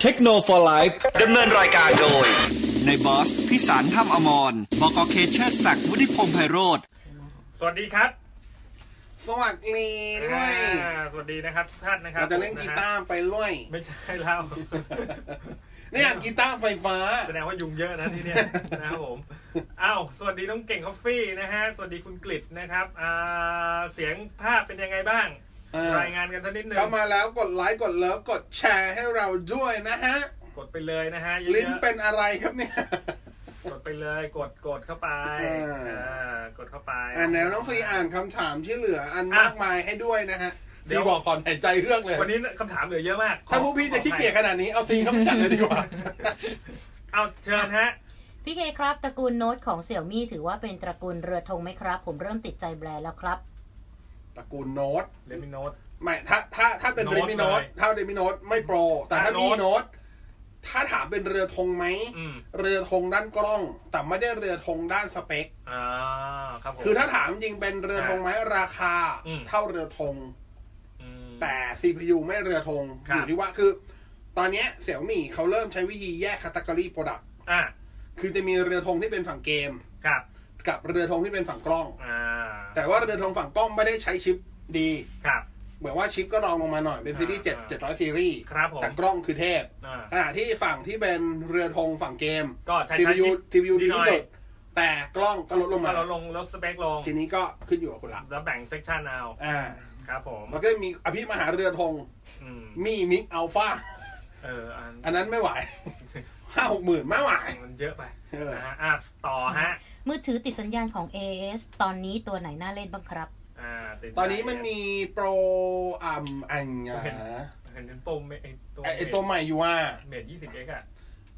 เทคโนโลยีไลฟ์ ดำเนินรายการโดย ในบอส พิสารถ้ำอมรบกเคเชอร์ศักดิ์วุฒิพงษ์ไพโรธ สวัสดีครับ สวัสดีด้วย อ่าสวัสดีนะครับทุกท่านนะครับ เราจะเล่นกีตา ะฮ ร์ไปด้วย ะไม่ใช่เล่า เนี่ยกีตาร์ไฟฟ้า แสดงว่ายุงเยอะนะที่เนี่ย นะครับผมอ้าวสวัสดีน้องเก่งคอฟฟี่นะฮะสวัสดีคุณกฤษนะครับอ่าเสียงภาพเป็นยังไงบ้าง อ่าร รายงานกันสักนิดหนึง เข้ามาแล้วกดไลค์ กดเลิฟ กดแชร์ให้เราด้วยนะฮะ กดไปเลยนะฮะเย ลิ้น อะ เป็นอะไรครับเนี่ย ๆกดไปเลย กดกดเข้าไป เออ เออกดเข้าไป อ่านแล้วน้องซีอ่านคำถามที่เหลืออัน อ่ะ มากมายให้ด้วยนะฮะ เดี๋ ซี ยว บอกก่อนหายใจเฮือกเลย วันนี้คำถามเหลือเยอะมาก ถ้าพวกพี่จะขี้เกียขจออภั ขนาดนี้เอาซีเข้ามาจัดเลยดีก ว่า เอาเชิญฮะ พี่เคครับตระกูลโน้ตของเสี่ยมี่ถือว่าเป็นตระกูลเรือธงไหมครับ ผมเริ่มติดใจแบรนด์แล้วครับ ตระกูลโน้ต เลมิโนต ไม่ถ้าถ้าถ้าเป็น โน้ ริ ต มิโนต เลย ถ้าริมิโนตไม่โปร แต่ถ้า อ่ะ มี โน้ โน้ ต ต ถ้าถามเป็นเรือธงไหม อืม เรือธงด้านกล้อง แต่ไม่ได้เรือธงด้านสเปค อ่าครับผม คือถ้าถามจริงเป็นเรือธงไหมราคา อืม เท่าเรือธง อืม แต่ CPU ไม่เรือธง ครั อบ ยู่ที่ว่าคือ ตอนเนี้เสี่ยวมี่เขาเริ่มใช้วิธีแยกคัตกรีโปรดัก อ่ะ คือจะมีเรือธงที่เป็นฝั่งเกม ครับ กับเรือธงที่เป็นฝั่งกล้อง อ่า แต่ว่าเรือธงฝั่งกล้องไม่ได้ใช้ชิปดี ครับ เหมือนว่าชิปก็รองลงมาหน่อยเป็นซีรีส์ อ่า 7 700ซีรีส์ ครับผม แต่กล้องคือเทพ อ่า ขณะที่ฝั่งที่เป็นเรือธงฝั่งเกม ก็ใช้ CPU ชิป CPU นิ ดี ดหน่อย ที่สุดแต่กล้องก็ลดลงมา ถ้าเราลงลดสเปคลง ทีนี้ก็ขึ้นอยู่กับคุณละ แล้วแบ่งเซกชันเอา อ่า ครับผม มันก็มีอภิมหาเรือธง อืม มีมิกอัลฟา เอออัน อันนั้นไม่ไหว ห้าหกหมื่นไม่ไหว มันเยอะไป เออ นะฮะอ่ะต่อฮะ มือถือติดสัญญาณของ AS ตอนนี้ตัวไหนน่าเล่นบ้างครับ อ่าติด ตอนนี้มันมีโปรอัมอันยา เห็นเป็นปุ่มไอตัว ไอ้ไอตัวใหม่อยู่ว่า เมทยี่สิบเอ็กอะ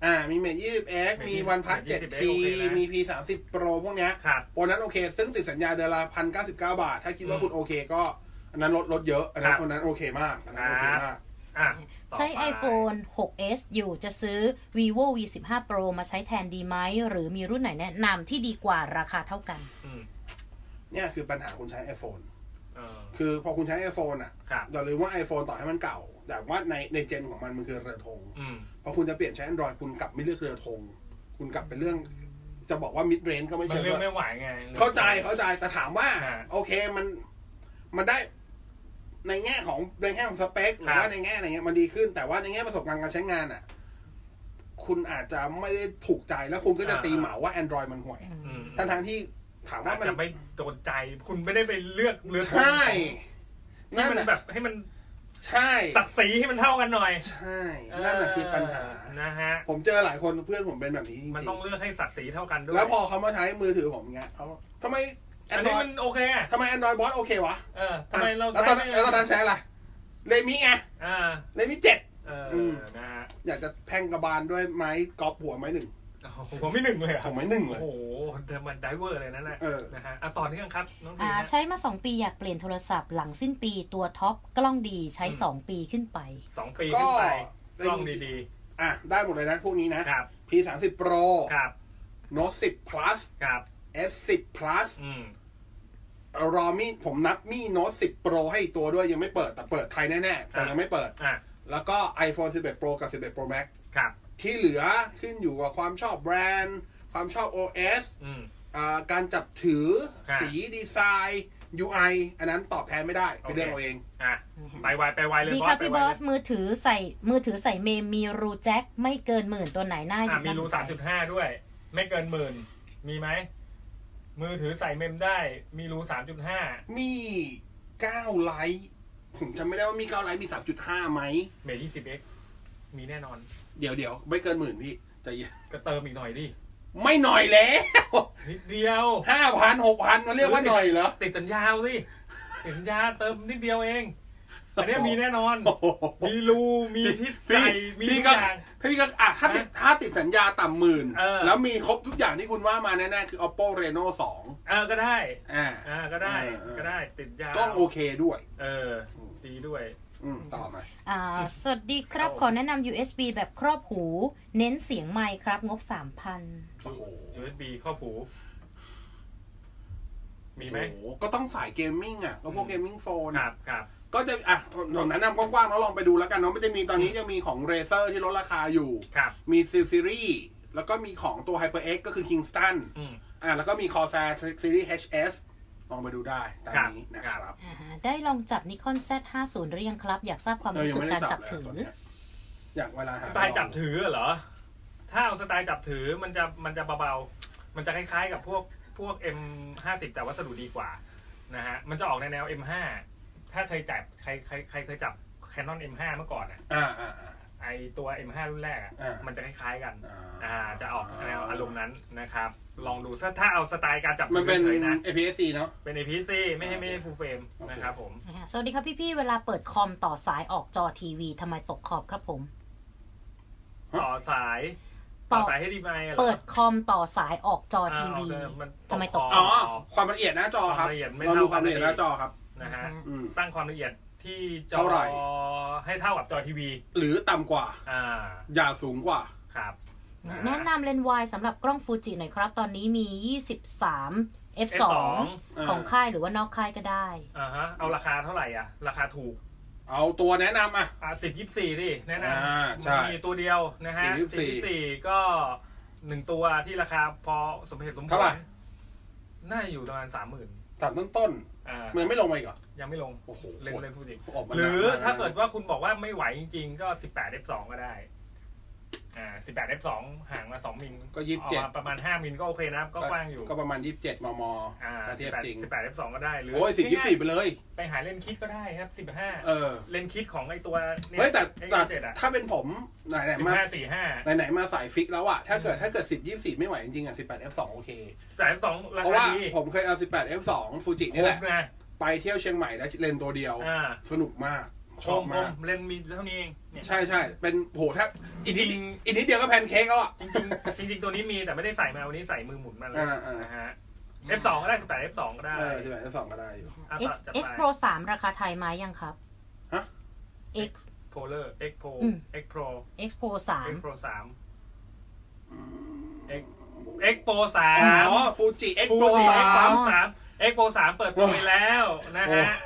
อ่า มีเมทยี่สิบเอ็ก Mate มีวันพัท Mate เจ็ด 20X ที โอเคนะ มีพีสามสิบโปรพวกเนี้ย ครับ โปรนั้นโอเค ซึ่งติดสัญญาเดือนละพันเก้าสิบเก้าบาท ถ้าคิดว่า อืม คุณโอเคก็ อันนั้นลดลดเยอะ อันนั้ ครั น บ อันนั้นโอเคมากอันนั้นโอเค ครับ มาก อ่ะต่อ ใช้ ไป iPhone 6s อยู่จะซื้อ vivo v 1 5 pro มาใช้แทนดีไหม หรือมีรุ่นไหนแนะนำที่ดีกว่าราคาเท่ากัน อืม เนี่ยคือปัญหาคุณใช้ iPhone เออ คือพอคุณใช้ iPhone อ่ะ ครับ อย่าลืมว่า iPhone ต่อให้มันเก่า แต่ว่าในในเจนของมันมันคือเรือธง อืม พอคุณจะเปลี่ยนใช้ Android คุณกลับไม่เลือกเรือธงคุณกลับเป็นเรื่อง จะบอกว่า mid range ก็ มั ไม่ น ใช่ เลือก ว่า ไม่ไหวไง เข้าใจเข้าใจแต่ถามว่า อ่า โอเคมันมันได้ในแง่ของในแง่ของสเปคหรือ ครั ว่า บ ในแง่อะไรเงี้ยมันดีขึ้น แต่ว่าในแง่ประสบการณ์การใช้งานอ่ะ คุณอาจจะไม่ได้ถูกใจแล้วคุณก็จะตีเหมาว่า Android มันห่วย อืม ทั้งทางๆที่ถามว่า อาจ มัน จะไม่โดนใจคุณไม่ได้ไปเลือกเลือก ใช่ ที่ นั่น มัน น่ะ แบบให้มัน ใช่ ศักดิ์ศรีให้มันเท่ากันหน่อย ใช่นั่นแหละคือปัญหา เออนะฮะ ผมเจอหลายคนเพื่อนผมเป็นแบบนี้จริง มันต้องเลือกให้ศักดิ์ศรีเท่ากันด้ว ๆ ย แล้วพอเขามาใช้มือถือผมเงี้ยเขาทำไมแอ อัน นดร นี้ อย มันโอเคอะ ทำไมแอนดรอยบอสโอเควะ เออทำไมเรา แล้ว ใช้ ตอนนั้น ไม่ แล้วตอนนั้นใช้อะไรเลมิไง อ่า เลมิเจ็ด เอออ ม นะฮะ อยากจะแพงกระบาลด้วยไม้กอล์ฟหัวไม้หนึ่ง โอ้โหผมไม่หนึ่งเลยอะ หัวไม้หนึ่งเล โอ้ ย โหแต่มันไดเวอร์เลยนั่นแหละ เออ นะฮะอ่ะต่อเนื่องครับน้องสี อ่า นะ ใช้มา 2 ปีอยากเปลี่ยนโทรศัพท์หลังสิ้นปีตัวท็อปกล้องดีใช้ 2 ปีขึ้นไป สองปี ก็ ขึ้นไป เป็ ก น ล้องดี อ่ะ ได้หมดเลยนะ พวกนี้นะ ๆ ครับ P 3 0 Pro ครับ Note 10 plus ครับ S 10 plus อืม รอมี่ผมนับมี่ Note 10 Pro ให้อีกตัวด้วยยังไม่เปิดแต่เปิดไทยแน่ๆแต่ยังไม่เปิด อ่ะ แล้วก็ iPhone 11 Pro กับ 11 Pro Max ครับ ที่เหลือขึ้นอยู่กับความชอบแบรนด์ ความชอบ OS อืม อ่าการจับถือ ครับ สีดีไซน์ UI อันนั้นตอบแทนไม่ได้ไป โอเค เรื่องเอาเอง อ่ะไปไวไปไวเลย ดี บอ ครับ สไป พี่ ไว บอ เลย สมือถือใส่มือถือใส่เมมมีรูแจ็คไม่เกินหมื่นตัวไหนน่าหยิ อ่ะ บ มีรู น่สนใจ สามจุดห้าด้วย ไม่เกินหมื่นมีไหมมือถือใส่เมมได้ มีรูสามจุดห้า มี9ไลท์ผมจำไม่ได้ว่ามี9ไลท์มี 3.5ไหม เมทยี่สิบเอ็กมีแน่นอน เดี๋ยวเดี๋ยวไม่เกินหมื่นพี่ใจเย็น ก็เติมอีกหน่อยดิ ไม่หน่อยแล้ว นิดเดียว ห้าพันหกพันมันเรียกว่าหน่อยเหรอ ติดสัญญาสิติดสัญญาเติมนิดเดียวเองอันเนี้ยมีแน่นอน โอ้โห มีรูมีทิศ พี่ ไก่มีทุ พี่ ก ก็ อย่าง พี่ก็อ่ะถ้าติดถ้าติดสัญญาต่ำหมื่น เออ แล้วมีครบทุกอย่างที่คุณว่ามาแน่ๆคือ Oppo Reno 2 เออก็ได้ อ่า อ่าก็ได้ เออ ก็ได้ติดยาว กล้องโอเคด้วย เออ ดีด้วย อืมต่อมา อ่าสวัสดีครับ ครับ ขอแนะนำ USB แบบครอบหู เน้นเสียงไมค์ครับ งบ 3,000 โอ้โห USB ครอบหู มีไหม โอ้โก็ต้องสายเกมมิ่งอ่ะก็พวกเกมมิ่งโฟน ครับครับ ก็จะอ่ะหนังแนะนำกว้างๆแล้วลองไปดูแล้วกันเนาะมันจะมีตอนนี้ยังมีของเรเซอร์ที่ลดราคาอยู่ ครับ มีซีซีรีส์แล้วก็มีของตัว HyperX ก็คือ Kingston อืม อ่าแล้วก็มี Corsair Series HS ลองไปดูได้ตามนี้ ครับ นะครับ อ่าฮะได้ลองจับนิคอน Z50 หรือยังครับ อยากทราบความ เออ รู้ ยัง สึก ไม่ได้ การ จั จั บบ เลย ถือ ตัวเนี้ยอยากเวลาหา สไตล์จับถือเหรอ ถ้าเอาสไตล์จับถือมันจะมันจะเบาๆ มันจะคล้ายๆกับพวกพวก M50 แต่วัสดุดีกว่านะฮะ มันจะออกในแนว M5 ถ้าเคยจับใครใครใครเคยจับ Canon M5 เมื่อก่อนอ่ะ อ่าอ่าอ่า ไอตัว M5 รุ่นแรกอ่ะ อ่ามั มันจะคล้ายๆกัน อ่า อ่า จะออกแนวอารมณ์นั้นนะครับ ลองดูถ้าถ้าเอาสไตล์การจับ มันเป็น เฉยๆนะ APS-C เนาะ เป็น APC ไม่ใช่ไม่ใช่ full frame โอเค นะครับผม นะฮะสวัสดีครับพี่ ๆ เวลาเปิดคอมต่อสายออกจอทีวีทำไมตกขอบครับผม ต่อสาย ต่ ต่ อ อสายให้ดีไหมหรอ เปิดคอมต่อสายออกจอทีอ่าวีเอาเลยมันตก ทำไมตก ข ข อ๋ อ อบ บ ความละเอียดหน้าจอครับ ความละเอียดไม่ เรา เท่า ดูความละเอียดหน้าจอครับ นะฮะ อืม ตั้งความละเอียดที่จอ เท่าไหร่ ให้เท่ากับจอทีวี หรือต่ำกว่า อ่า อย่าสูงกว่า ครับ แนะนำเลนส์วายสำหรับกล้องฟูจิหน่อยครับ ตอนนี้มี 23 f2 F2 ของค่ายหรือว่านอกค่ายก็ได้ อ่าฮะ เอาราคาเท่าไหร่อ่ะ ราคาถูก เอาตัวแนะนำอ่ะ อ่าสิบยี่สี่ดิแนะน อ่าใช่ ำมีตัวเดียวนะฮะ 10 สี่ก็หนึ่งตัวที่ราคาพอสมเหตุสมผล เท่าไหร่ น่าอยู่ประมาณสามหมื่น สามต้นต้น อ่า ๆมันไม่ลงมาอีกเหรอ ยังไม่ลง โอ้โห เล่น โหด เล่นพูดดิ ออกมา หรือถ้าเกิด นนมก ว่าคุณบอกว่าไม่ไหวจริงๆ ก็สิบแปดเอฟสองก็ได้ อ่าสิบแปดเอฟสองห่างมาสองมิล ก็ยี่สิบเจ็ด ออกมาประมาณห้ามิลก็โอเคนะก็กว้างอยู่ ก็ประมาณยี่สิบเจ็ดมม อ่า ถ้า สิ เทียบบ แปด จริง สิบแปดเอฟสองก็ได้หรือ โอ้ยสิบยี่ ง่า สิบไปเลย ๆไปหาเล่นคิดก็ได้ครับสิบห้า เออ เล่นคิดของไอตัวนี่ เฮ้ยแต่ ไอ้ แต่ เจ็ดอะ ถ้าเป็นผมไหนไหน สิบ มา ห้าสี่ห้า ไหนไหนมาสายฟิกแล้วอ่ะ ถ้าเกิดถ้าเกิดสิบยี่สิบไม่ไหวจริงๆอ่ะสิบแปด F สองโอเค สายสองรา เพราะ คา ว่า ดี ผมเคยเอาสิบแปด F สองฟูจินี่แหละ ครบนะ ไปเที่ยวเชียงใหม่แล้วเลนส์ตัวเดียว อ่า สนุกมากช ช อบ ม มาก ผมเล่นมีเท่านี้เองเนี่ย ใช่ใช่เป็นโหแทบอีกนิด จริง อีกนิดเดียวก็แพนเค้กแล้วอ่ะ จริงๆจริงๆตัวนี้มีแต่ไม่ได้ใส่มาวันนี้ใส่มือหมุนมาเลย อ่าอ่าน นะฮะ F2 ก็ได้แต่ F2 ก็ได้ เออสิบแปด F สองก็ได้อยู่ อ่ะ X ตัดจะไป X Pro 3 ราคาไทยมายังครับ ฮะ X Polar X Pro อืม X Pro X Pro X 3 Pro 3 X X Pro 3 อ๋อฟูจิ X Pro 3 สาม 3 X Pro 3 เปิดตัวไปแล้วนะ โอ้ ฮะ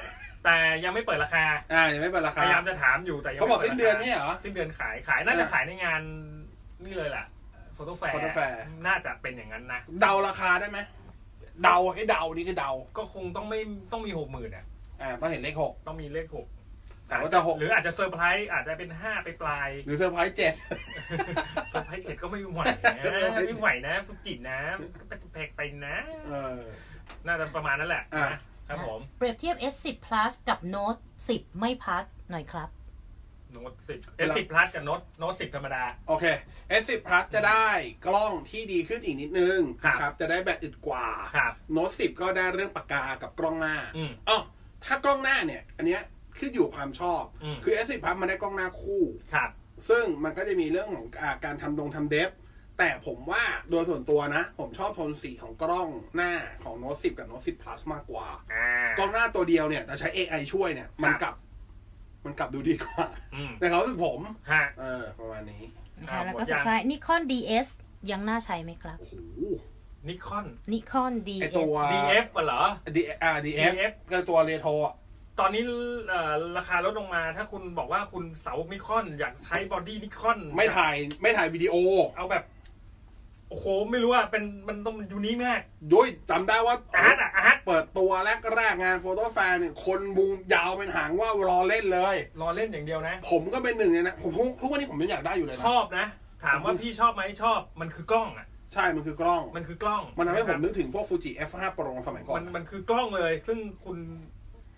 แต่ยังไม่เปิดราคา อ่ายังไม่เป็นรา พ คา ยายามจะถามอยู่แต่ยัง เขา ไม่ บอก ปิ สิ้น ราคา เดือนเนี่ยเหรอ สิ้นเดือนขายขายน่าจะ อ่ะ ขายในงานนี่เลยล่ะโฟโต้แฟร์ Photo Fair น่าจะเป็นอย่างนั้นนะ เดาราคาได้ไหมเดาให้เดานี่คือเดา ก็คงต้องไม่ต้องมีหกหมื่นอ่ะ อ่าต้องเห็นเลขหก ต้องมีเลขหก แต่ว่าจะหก หรืออาจจะเซอร์ไพรส์อาจจะเป็นห้าไปปลาย หรือเซอร์ไพรส์เจ็ด เซอร์ไพรส์เจ็ดก็ไม่ไหวนะ เซอร์ไพรส์ ไม่ไหวนะ ฟุจินะแพกไปนะ เออ น่าจะประมาณนั้นแหละ อ่ะ นะครับผม เปรียบเทียบ S10 Plus กับ Note 10 ไม่ Plus หน่อยครับ โน้ตสิบเอสิบพลัสกับโน้ตโน้ตสิบธรรมดา โอเค S10 Plus จะได้กล้องที่ดีขึ้นอีกนิดนึง ครับ นะครับ จะได้แบตอึดกว่า ครับ โน้ต10 ก็ได้เรื่องปากกากับกล้องหน้า อืม อ๋อถ้ากล้องหน้าเนี่ย อันเนี้ยขึ้นอยู่ความชอบ อืม คือ S10 Plus มันได้กล้องหน้าคู่ ครับ ซึ่งมันก็จะมีเรื่องของอาการทำดงทำเดฟ แต่ผมว่าโดยส่วนตัวนะ ผมชอบโทนสีของกล้องหน้าของโน้ต10 กับโน้ต10 plus มากกว่า อ่าก ล้องหน้าตัวเดียวเนี่ย แต่ใช้ AI ช่วยเนี่ย มันกลับ มันกลับดูดีกว่า อืม ในความรู้สึกผม ฮะ เออ ประมาณนี้ นะ อ่า คะแล้ว หม ก็ ดยัง สุดท้าย Nikon DS ยังน่าใช้ไหมครับ โอ้โห นิคอน Nikon ไอ DS ตัว DF อ่ะเหรอ D R D F DF ก็ตัวเรโทรอะ ตอนนี้เอ่อราคาลดลงมา ถ้าคุณบอกว่าคุณเสานิคอนอยากใช้บอดี้นิคอน ไม่ถ่ายไม่ถ่ายวิดีโอ เอาแบบ โอ้โห ไม่รู้อ่ะเป็นมันต้องยูนิคมาก ย้ยจำได้ว่า อาร์ตอ่ะอาร์ต เปิดตัวแรกๆงานโฟโต้แฟนเนี่ย คนบุงยาวเป็นหางว่าวรอเล่นเลย รอเล่นอย่างเดียวนะ ผมก็เป็นหนึ่งในนะผมทุกทุกวันนี้ผมยังอยากได้อยู่เลย ช นะ อบนะ ถามว่าพี่ชอบไหมชอบ มันคือกล้องอ่ะ ใช่มันคือกล้อง มันคือกล้อง มันทำให้ผะคมนึ รับ กถึงพวกฟูจิ F5 Pro สมัยก่อ มัน นมันคือกล้องเลย ซึ่งคุณ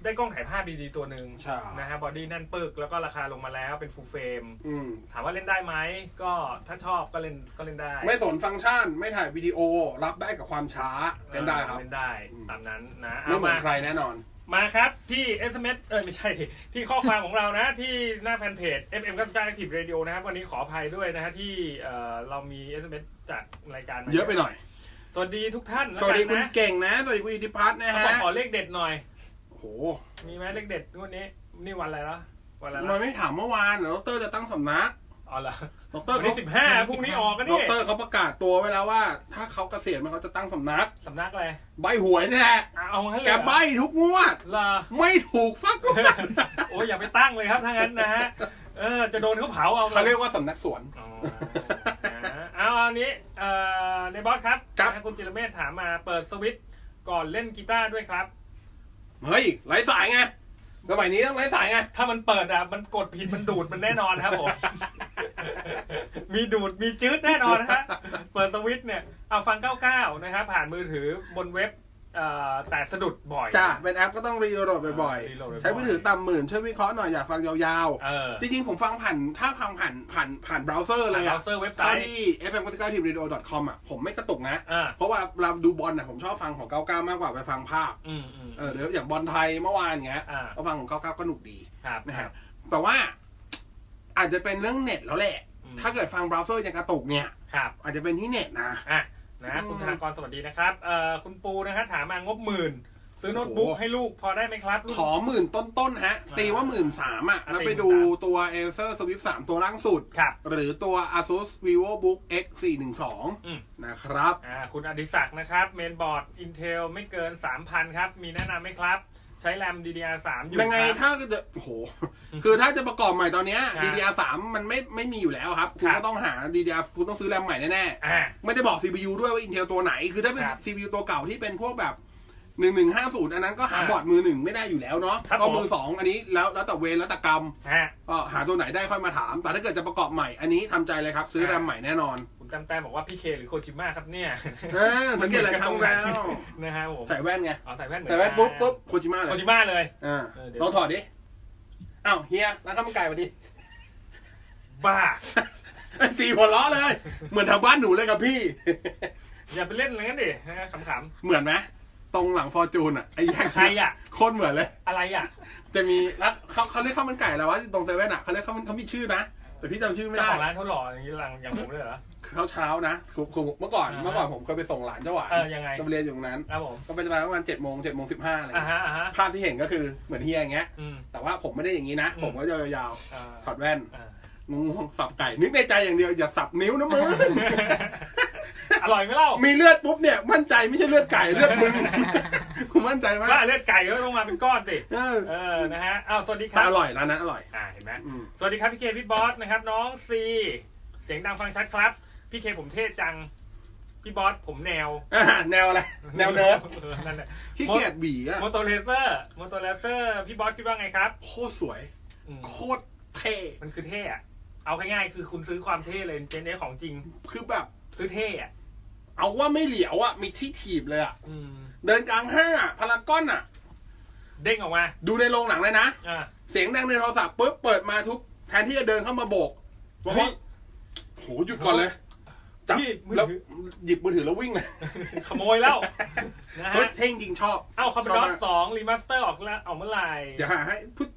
ได้กล้องถ่ายภาพดีๆตัวหนึ่ง ใช่ นะฮะบอดี้แน่นปึกแล้วก็ราคาลงมาแล้วเป็นฟูลเฟรม อืม ถามว่าเล่นได้ไหมก็ถ้าชอบก็เล่นก็เล่นได้ ไม่สนฟังก์ชันไม่ถ่ายวิดีโอรับได้กับความช้าเล่นได้ครับ เล่นได้ อืม ตามนั้นนะ ไม่ เอา เหมือ มาน ใครแน่นอน มาครับที่ SMS เออไม่ใช่ที่ที่ข้อความของเรานะ ที่หน้าแฟนเพจ FM 99 Active Radio นะครับ วันนี้ขออภัยด้วยนะฮะที่เอ่อเรามี SMS จากรายการมา เยอะไปหน่อย สวัสดีทุกท่าน สวัสดี แล้ คุ กัน ณ นะ เก่งนะ สวัสดีคุณอิทธิพัฒน์นะ เขาบฮะอกขอเลขเด็ดหน่อย โอ้โห มีไหมเลขเด็ดงวดนี้ นี่วันอะไรละวันอะไร มั ละ นไม่ถามเมื่อวานเดี๋ยวดรจะตั้งสำนัก อ๋อเหรอ ดอกเตอ วัน ร์เขา ที่สิบห้าพรุ่งนี้ออกกัน ด นี่ อกเตอร์เขาประกาศตัวไว้แล้วว่า ถ้าเขาเกษียณมันเขาจะตั้งสำนัก สำนักอะไร ใบหวยนี่แหละ เอางั้นเลย แก เหรอ ใบทุกงวด เหรอ ไม่ถูกฟักงว ด โอ้ยอย่าไปตั้งเลยครับถ้างั้นนะ ฮะเออจะโดนเขาเผาเอา เขาเรียกว่าสำนักสวน อ๋อนะฮะเอาอันนี้เอ่อในบอสครับ ครับ นะฮะคุณจิรเมธถามมาเปิดสวิตช์ก่อนเล่นกีตาร์ด้วยครับ เฮ้ยไร้สายไงสมัยนี้ต้องไร้สายไง ถ้ามันเปิดอ่ะมันกดผิดมันดูดมันแน่นอนครับ ผม มีดูดมีจืดแน่นอนนะฮะเปิดสวิตช์เนี่ยเอาฟัง 99 นะครับผ่านมือถือบนเว็บเอ่อแต่สะดุดบ่อย จ้าเป็นแอปก็ต้องรีโหลดบ่อย อ่ารีโหลดบ่อยๆๆใช้มือถือต่ำหมื่นช่วยวิเคราะห์หน่อยอยากฟังยาว เออ ๆ จริงๆ ผมฟังผ่าน ถ้าฟังผ่านผ่านผ่านเบราว์เซอร์เลย เบ อะ ราว์เซอร์เว็บไซ เข้า ต์ ที่ fm 9 9 t radio com อะผมไม่กระตุกนะ อ่า เพราะว่าเราดูบอลน่ะผมชอบฟังของ 99 มากกว่าไปฟังภาพ อืมอืม เออเดี๋ยวอย่างบอลไทยเมื่อวานเงี้ย อ่า ก็ฟังของ 99 ก็หนุกดี ครับ นะฮะแต่ว่าอาจจะเป็นเรื่องเน็ตแล้วแหละ อืม ถ้าเกิดฟังเบราว์เซอร์ยังกระตุกเนี่ย ครับ อาจจะเป็นที่เน็ตนะ อ่ะนะคุณ อืม ธนากรสวัสดีนะครับเอ่อคุณปูนะครับถามมางบหมื่น ซื้อโน้ตบุ๊ก โอ้โห ให้ลูกพอได้ไหมครับลูก ขอหมื่นต้นๆฮะ ตีว่าหมื่นสามอ่ะแล้วไปดูตัว Acer Swift 3 ตัวล่างสุด ครับ หรือตัว ASUS VivoBook X อืม 412นะครับ อ่าคุณอดิศักดิ์นะครับ เมนบอร์ด Intel ไม่เกิน 3,000 ครับ มีแนะนำไหมครับ ใช้แรม DDR3 อยู่ ยังไง ครับ ถ้าจะโอ้โห คือถ้าจะประกอบใหม่ตอนเนี้ย ครับ DDR3 มันไม่ไม่มีอยู่แล้วครับคุณ ครั ก็ บ ต้องหา DDR คุณต้องซื้อแรมใหม่แน่ อ่า ๆ ไม่ได้บอก CPU ด้วยว่า Intel ตัวไหน คือถ้าเป็น ครับ CPU ตัวเก่าที่เป็นพวกแบบ 1150 อันนั้นก็หา อ่า บอร์ดมือหนึ่งไม่ได้อยู่แล้วเนาะ ครับ ก็ ผม มือสองอันนี้แล้วแล้วแต่เวรแล้วแต่กรรม ฮะ ก็หาตัวไหนได้ค่อยมาถาม แต่ถ้าเกิดจะประกอบใหม่ อันนี้ทำใจเลยครับ ซื้อแรมใหม่แน่นอน คุณแต้มแต้มบอกว่าพี่เคหรือโคจิมะครับเนี่ย เออสังเกตอะไรครั้งแล้ว นะฮะผม ใส่แว่นไง เอาใส่แว่นเหมือน ใส่แว่น กัน ปุ๊บปุ๊บโคจิมะเล โค ย จิมะเลย อ่า เออเดี๋ยว ลองถอดดิ อ้าวเฮียร้านข้าวมันไก่มาดิ บ้า ไอ้ตีหัวล้อเลย เหมือนทางบ้านหนูเลยครับพี่ อย่าไปเล่นอะไรงั้นดินะฮะขำ เหมือนไหมตรงหลังฟอร์จูนอ่ะไอ้แยก ๆใครอ่ะ โคตรเหมือนเลย อะไรอ่ะ จะมีร้านเขาเขาเรียกข้าวมันไก่อะไรวะตรงเซเว่นอ่ะเขาเรียกข้าวมันเขามีชื่อนะ แต่พี่จำชื่อไม่ เจ้าของได้ร้านเขาหล่ออย่างนี้หลังอย่างผมเลยเหรอ เช้าเช้าๆนะคือคือเมื่อก่อน อ่าฮะ เมื่อก่อนผมเคยไปส่งหลานเจ้าหวาน เออยังไง ตำเรียนอยู่ตรงนั้น ครับผม ก็เป็นเวลาประมาณเจ็ดโมงเจ็ดโมงสิบห้าอะไรอย่าง อ่าฮะเงี้ยอ่าฮะ ภาพที่เห็นก็คือเหมือนเฮียอย่างเงี้ย อืม แต่ว่าผมไม่ได้อย่างนี้นะ อืม ผมก็ยาว อ่า ๆถอดแว่น อ่า งงๆสับไก่ นึกในใจอย่างเดียวอย่าสับนิ้วนะมึง อร่อยไหมเล่า มีเลือดปุ๊บเนี่ย มั่นใจไม่ใช่เลือดไก่เลือดมึง กูมั่นใจมาก ว่าเลือดไก่ก็ต้องมาเป็นก้อนสิ เออ เออนะฮะอ้าวสวัสดีค แต่ รับ อร่อยร้านนั้นอร่อย อ่าเห็นไหม อืม สวัสดีครับพี่เคพี่บอสนะครับ น้องซีเสียงดังฟังชัดครับ พี่เคผมเท่จัง พี่บอสผมแนว อ่าแนวอะไรแนวเนิร์ด ออนั่นแหละ ขี้เกียจบีอะ มอเตอร์เลเซอร์มอเตอร์เลเซอร์พี่บอสคิดว่าไงครับ โคตรสวย อืม โคตรเท่ มันคือเท่อะเอาง่ายๆคือคุณซื้อความเท่เลยเจนเอของจริง คือแบบ ซื้อเท่อะ เอาว่าไม่เหลียวอะมีที่ถีบเลยอะ อืม เดินกลางห้างอะพารากอนอะ เด้งออกมา ดูในโรงหนังเลยนะ อ่า เสียงดังในโทรศัพท์ปุ๊บเปิดมาทุกแทนที่จะเดินเข้ามาโบกบอกว่าโหหยุดก่อนเลย จับ พี่มือถือ แล้วหยิบมือถือแล้ววิ่งเลย ขโมยแล้วนะ เฮ้ย ฮะ เท่งจริงชอบ เอ้าคอมพิว ชอบ เตอ มาก ร์สองรีมาสเตอร์ออกแล้วออกเมื่อไหร่ เดี๋ยวหาให้พุท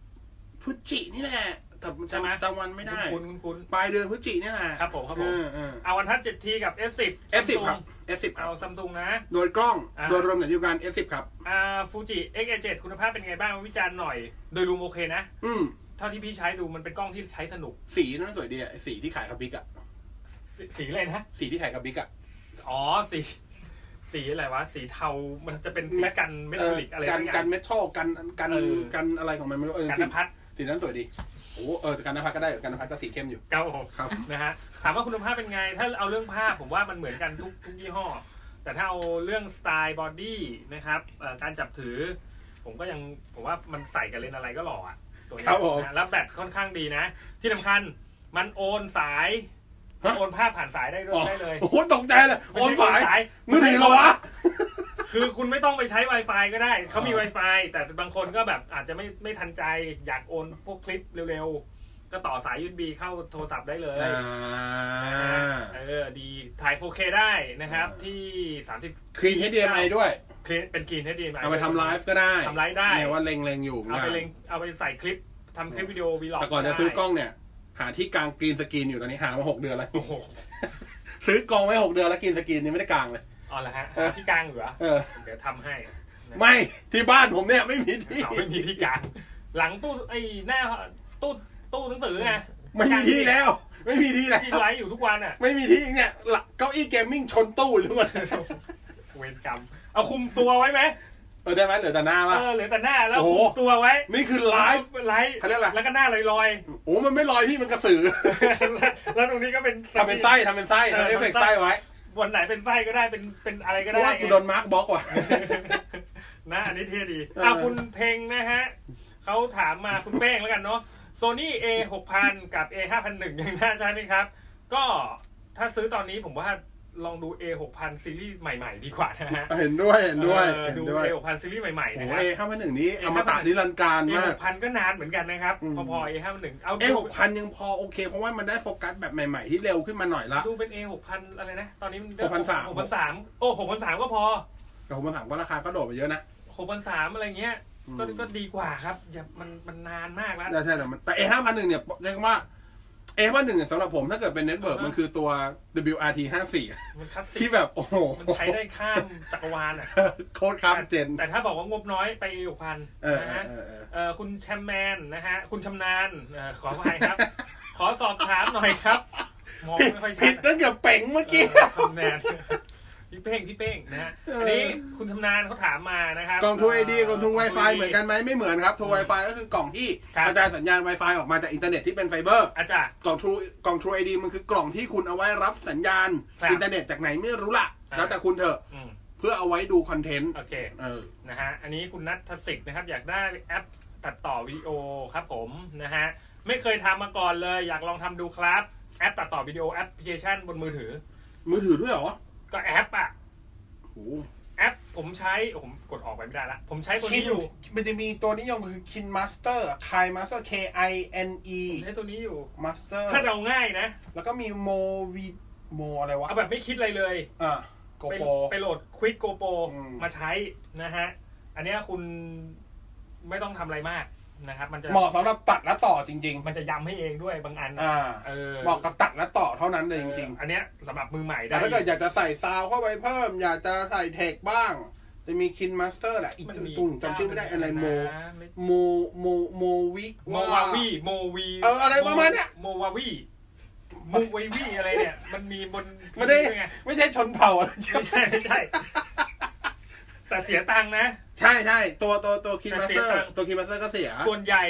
พุทจินี่แหละแต่ ใช่ไหม จำจำวันไม่ได้ คุณคุณคุณ ปลายเดือนพุทจินี่แหละ ครับผมครับผม เออเออ เอาวันทัศน์ 7T กับ S10 S10 ครับ S10 ครั เอา บ ซัมซุงนะ โดยกล้อง อ่า โดยรวมเนี่ยอยู่กัน S10 ครับ อ่าฟูจิ XA7 คุณภาพเป็นไงบ้างวิจารณ์หน่อย โดยรวมโอเคนะ อืม เท่าที่พี่ใช้ดูมันเป็นกล้องที่ใช้สนุก สีนั้นสวยดีอะสีที่ขายกับบิ๊กอะ สสีอะไรนะ สีที่ขายกับบิ๊กอะ อ๋อ สี สีอะไรวะ สีเทา มันจะเป็นสีกันเมทัลลิกอะไร เกัน สัอย่า กัน ง เมทัลกันกัน เออ กันอะไรของมันไม่รู้เออ กัน สี นพัด สีนั้นสวยดีโอ้เออแต่กันนภัทรก็ได้กันนภัทรก็สีเข้มอยู่ เก้าผม ครับ นะฮะ ถามว่าคุณภาพเป็นไง ถ้าเอาเรื่องภาพผมว่ามันเหมือนกันทุกทุกยี่ห้อ แต่ถ้าเอาเรื่องสไตล์บอดี้นะครับเอ่อการจับถือ ผมก็ยังผมว่ามันใส่กับเลนส์อะไรก็หล่ออะตัวเนี้ย ครับผม นะแล้วแบตค่อนข้างดีนะ ที่สำคัญมันโอนสาย ฮะ โอนภาพผ่านสายได้ด้วยได้เลย โอ้โหตกใจเลยโอนสาย ไม่ใช่ มือถือเหรอวะ คือคุณไม่ต้องไปใช้ Wi-Fi ก็ได้เขามี อ๋อ Wi-Fi แต่บางคนก็แบบอาจจะไม่ไม่ทันใจอยากโอนพวกคลิปเร็วๆ ก็ต่อสาย USB เข้าโทรศัพท์ได้เลย อ่า เออดีถ่าย 4K ได้นะครับ อ่า ที่ 30 คลีน HDMI ด้วย คลิปเป็นกรีนให้ดีไหม เอาไปทำไลฟ์ก็ได้ ทำไลฟ์ได้ เนี่ยว่าเล็งๆอยู่ เอาไป นะ เล็งเอาไปใส่คลิปทำคลิปวิดีโอวีล็อก แต่ก่อนจะซื้อกล้องเนี่ย หาที่กลางกรีนสกรีนอยู่ตอนนี้หามาหกเดือนแล้ว โอ้โห ซื้อกล้องไว้หกเดือนแล้วกรีนสกรีนยังไม่ได้กลางเลย เอาละฮะ เออ ที่กลางเหรอ เออ เดี๋ยวทำให้ ไม่ที่บ้านผมเนี่ยไม่มีที่ เอาไม่มี ที่กลาง หลังตู้ไอ้หน้าตู้ตู้หนังสือไง ไม่มีที่แล้ว ไม่มีที่แล้ว ที่ไลฟ์อยู่ทุกวันอ่ะ ไม่มีที่เนี่ยหลักเก้าอี้เกมมิ่งชนตู้อยู่ทุกคน เวรกรรม เอาคุมตัวไว้ไหม เออได้ไหมเหลือแต่หน้า เอ วะ อเหลือแต่หน้าแล้ว โอ้ คุ โห มตัวไว้ นี่คือไลฟ์ ไลฟ์ เขาเรียกอะไร แล้วก็หน้าลอย โอ้มันไม่ลอยพี่มันกระสือ ๆ แล้วตรงนี้ก็เป็น ทำเป็นไส้ทำเป็นไส้ทำเอฟเฟกต์ไส้ไว้ วันไหนเป็นไส้ก็ได้เป็นเป็นอะไรก็ เพ ได้ ราะว่ากูโดนมาร์กบล็อกว่ะ นะอันนี้เท่ดี เอออ่ อ่ะคุณเพลงนะฮะเขาถามมาคุณเป้งแล้วกันเนาะโซนี่ A 6 0 0 0 กับ A 5 0 0 1ยังน่าใช่ไหมครับ ก็ถ้าซื้อตอนนี้ผมว่าลองดู A 6 0 0ซีรีส์ใหม่ ๆ ดีกว่านะฮะ เห็นด้วยเห็นด้วย เออ เห็น ดู ด้วย A 6 0 0ซีรีส์ใหม่ๆ โอ้ นะคโหรับ เอห้าพันหนึ่งนี้อมตะนิรันดร์การ เอ มา ห ก กพันก็นานเหมือนกันนะครับ อืม พอๆเอห้าหนึ่งเอา เอ ดู หกพันยังพอโอเค เพราะว่ามันได้โฟกัสแบบใหม่ๆ ที่เร็วขึ้นมาหน่อยละ ดูเป็นเอหกพันอะไรนะ ตอนนี้มัน 6,300 หกพันสามโอ้หกพันสามก็พอ แต่ผมมาถามว่าราคาก็โดดไปเยอะนะ หกพันสามอะไรเงี้ย อืม ก็ก็ดีกว่าครับอย่ามันมันนานมากแล้ว ใช่ใช่แต่มันแต่เอห้าพันหนึ่งเนี่ยเรียกว่าเอห้าพันหนึ่งเนี่ยสำหรับผมถ้าเกิดเป็นเน็ตเวิร์ก อ่าฮะ มันคือตัว WRT ห้าสี่ มันคลาสสิ ที่ ก แบบโอ้โห มันใช้ได้ข้ามจักรวาลอ่ะ โคตรครับเจน แต่ถ้าบอกว่างบน้อยไปหกพัน เออ นะ เอ ฮะ อเออเออ เอ่อคุณแชมแมนนะฮะ คุณชำนาญเอ่อขออภัย ครับ ขอสอบถามหน่อยครับ มอง ผิด ไม่ค่อยชั ผิ ด ด อะ ตั้งแต่เป่งเมื่อกี้ เออคำแนน พี่เป้งพี่เป้งนะฮะ เอออั อันนี้คุณชำนาญเขาถามมานะครับ กล่องทูไอดี เ กล่องทูไวไฟ กล่ง เหมือนกันไหมไม่เหมือนครับทูไวไฟก็คือกล่องที่ ครับ กระจายสัญญาณ Wi-Fi ออกมาจากอินเทอร์เน็ตที่เป็นไฟเบอร์ อาจารย์ กล่องทรูกล่องทรูไอดีมันคือกล่องที่คุณเอาไว้รับสัญญาณ ครับ อินเทอร์เน็ตจากไหนไม่รู้ละ อ่า แล้วแต่คุณเถอะ อืม เพื่อเอาไว้ดูคอนเทนต์ โอเค เออ นะฮะอันนี้คุณนัทสิทธิ์นะครับ อยากได้แอปตัดต่อวิดีโอครับผมนะฮะไม่เคยทำมาก่อนเลย อยากลองทำดูครับ แอปตัดต่อวิดีโอแอปพลิเคชันบนมือถือ มือถือด้วยเหรอ ก็แอปอะ โอ้โห แอปผมใช้โอ้ผมกดออกไปไม่ได้ละ ผมใช้ตัวนี้อยู่ มันจะมีตัวนิยมคือคินมาสเตอร์คายมาสเตอร์ K I N E ผมใช้ตัวนี้อยู่ มาสเตอร์ ถ้าจะเอาง่ายนะ แล้วก็มีโมวีโมอะไรวะ เอาแบบไม่คิดอะไรเลย อ่าโก ไป โป ไปโหลดควิกโกโป อืม มาใช้นะฮะ อันเนี้ยคุณไม่ต้องทำอะไรมากนะครับ มันจะ เหมาะสำหรับตัดและต่อจริง มันจะย้ำให้เองด้วยบางอัน ๆ อ่า เออ เหมาะกับตัดและต่อเท่านั้นเลยจริง ๆ อันเนี้ยสำหรับมือใหม่ แต่ ได้ ถ้าเกิดอยากจะใส่ซาวเข้าไปเพิ่ม อยากจะใส่เทคบ้าง จะมีคินมาสเตอร์แหละอีก มัน จุด มี ตุ่งจำชื่อไม่ได้อะไรโม ไม่ โมโมโมวิ โมวาวีโมวี เอออะไรประมาณเนี้ย โมวาวีโมวาวีอะไรเนี่ย มันมีบน ไม่ได้ ไง ไม่ใช่ชนเผ่าอะไรใช่ ไม่ใช่ไม่ใช่ แต่เสียตังค์นะ ใช่ใช่ตัวตัวตัวคินมาสเตอร์ แต่เสียตังค์ ตัวคินมาสเตอร์ก็เสีย ส่วนใหญ่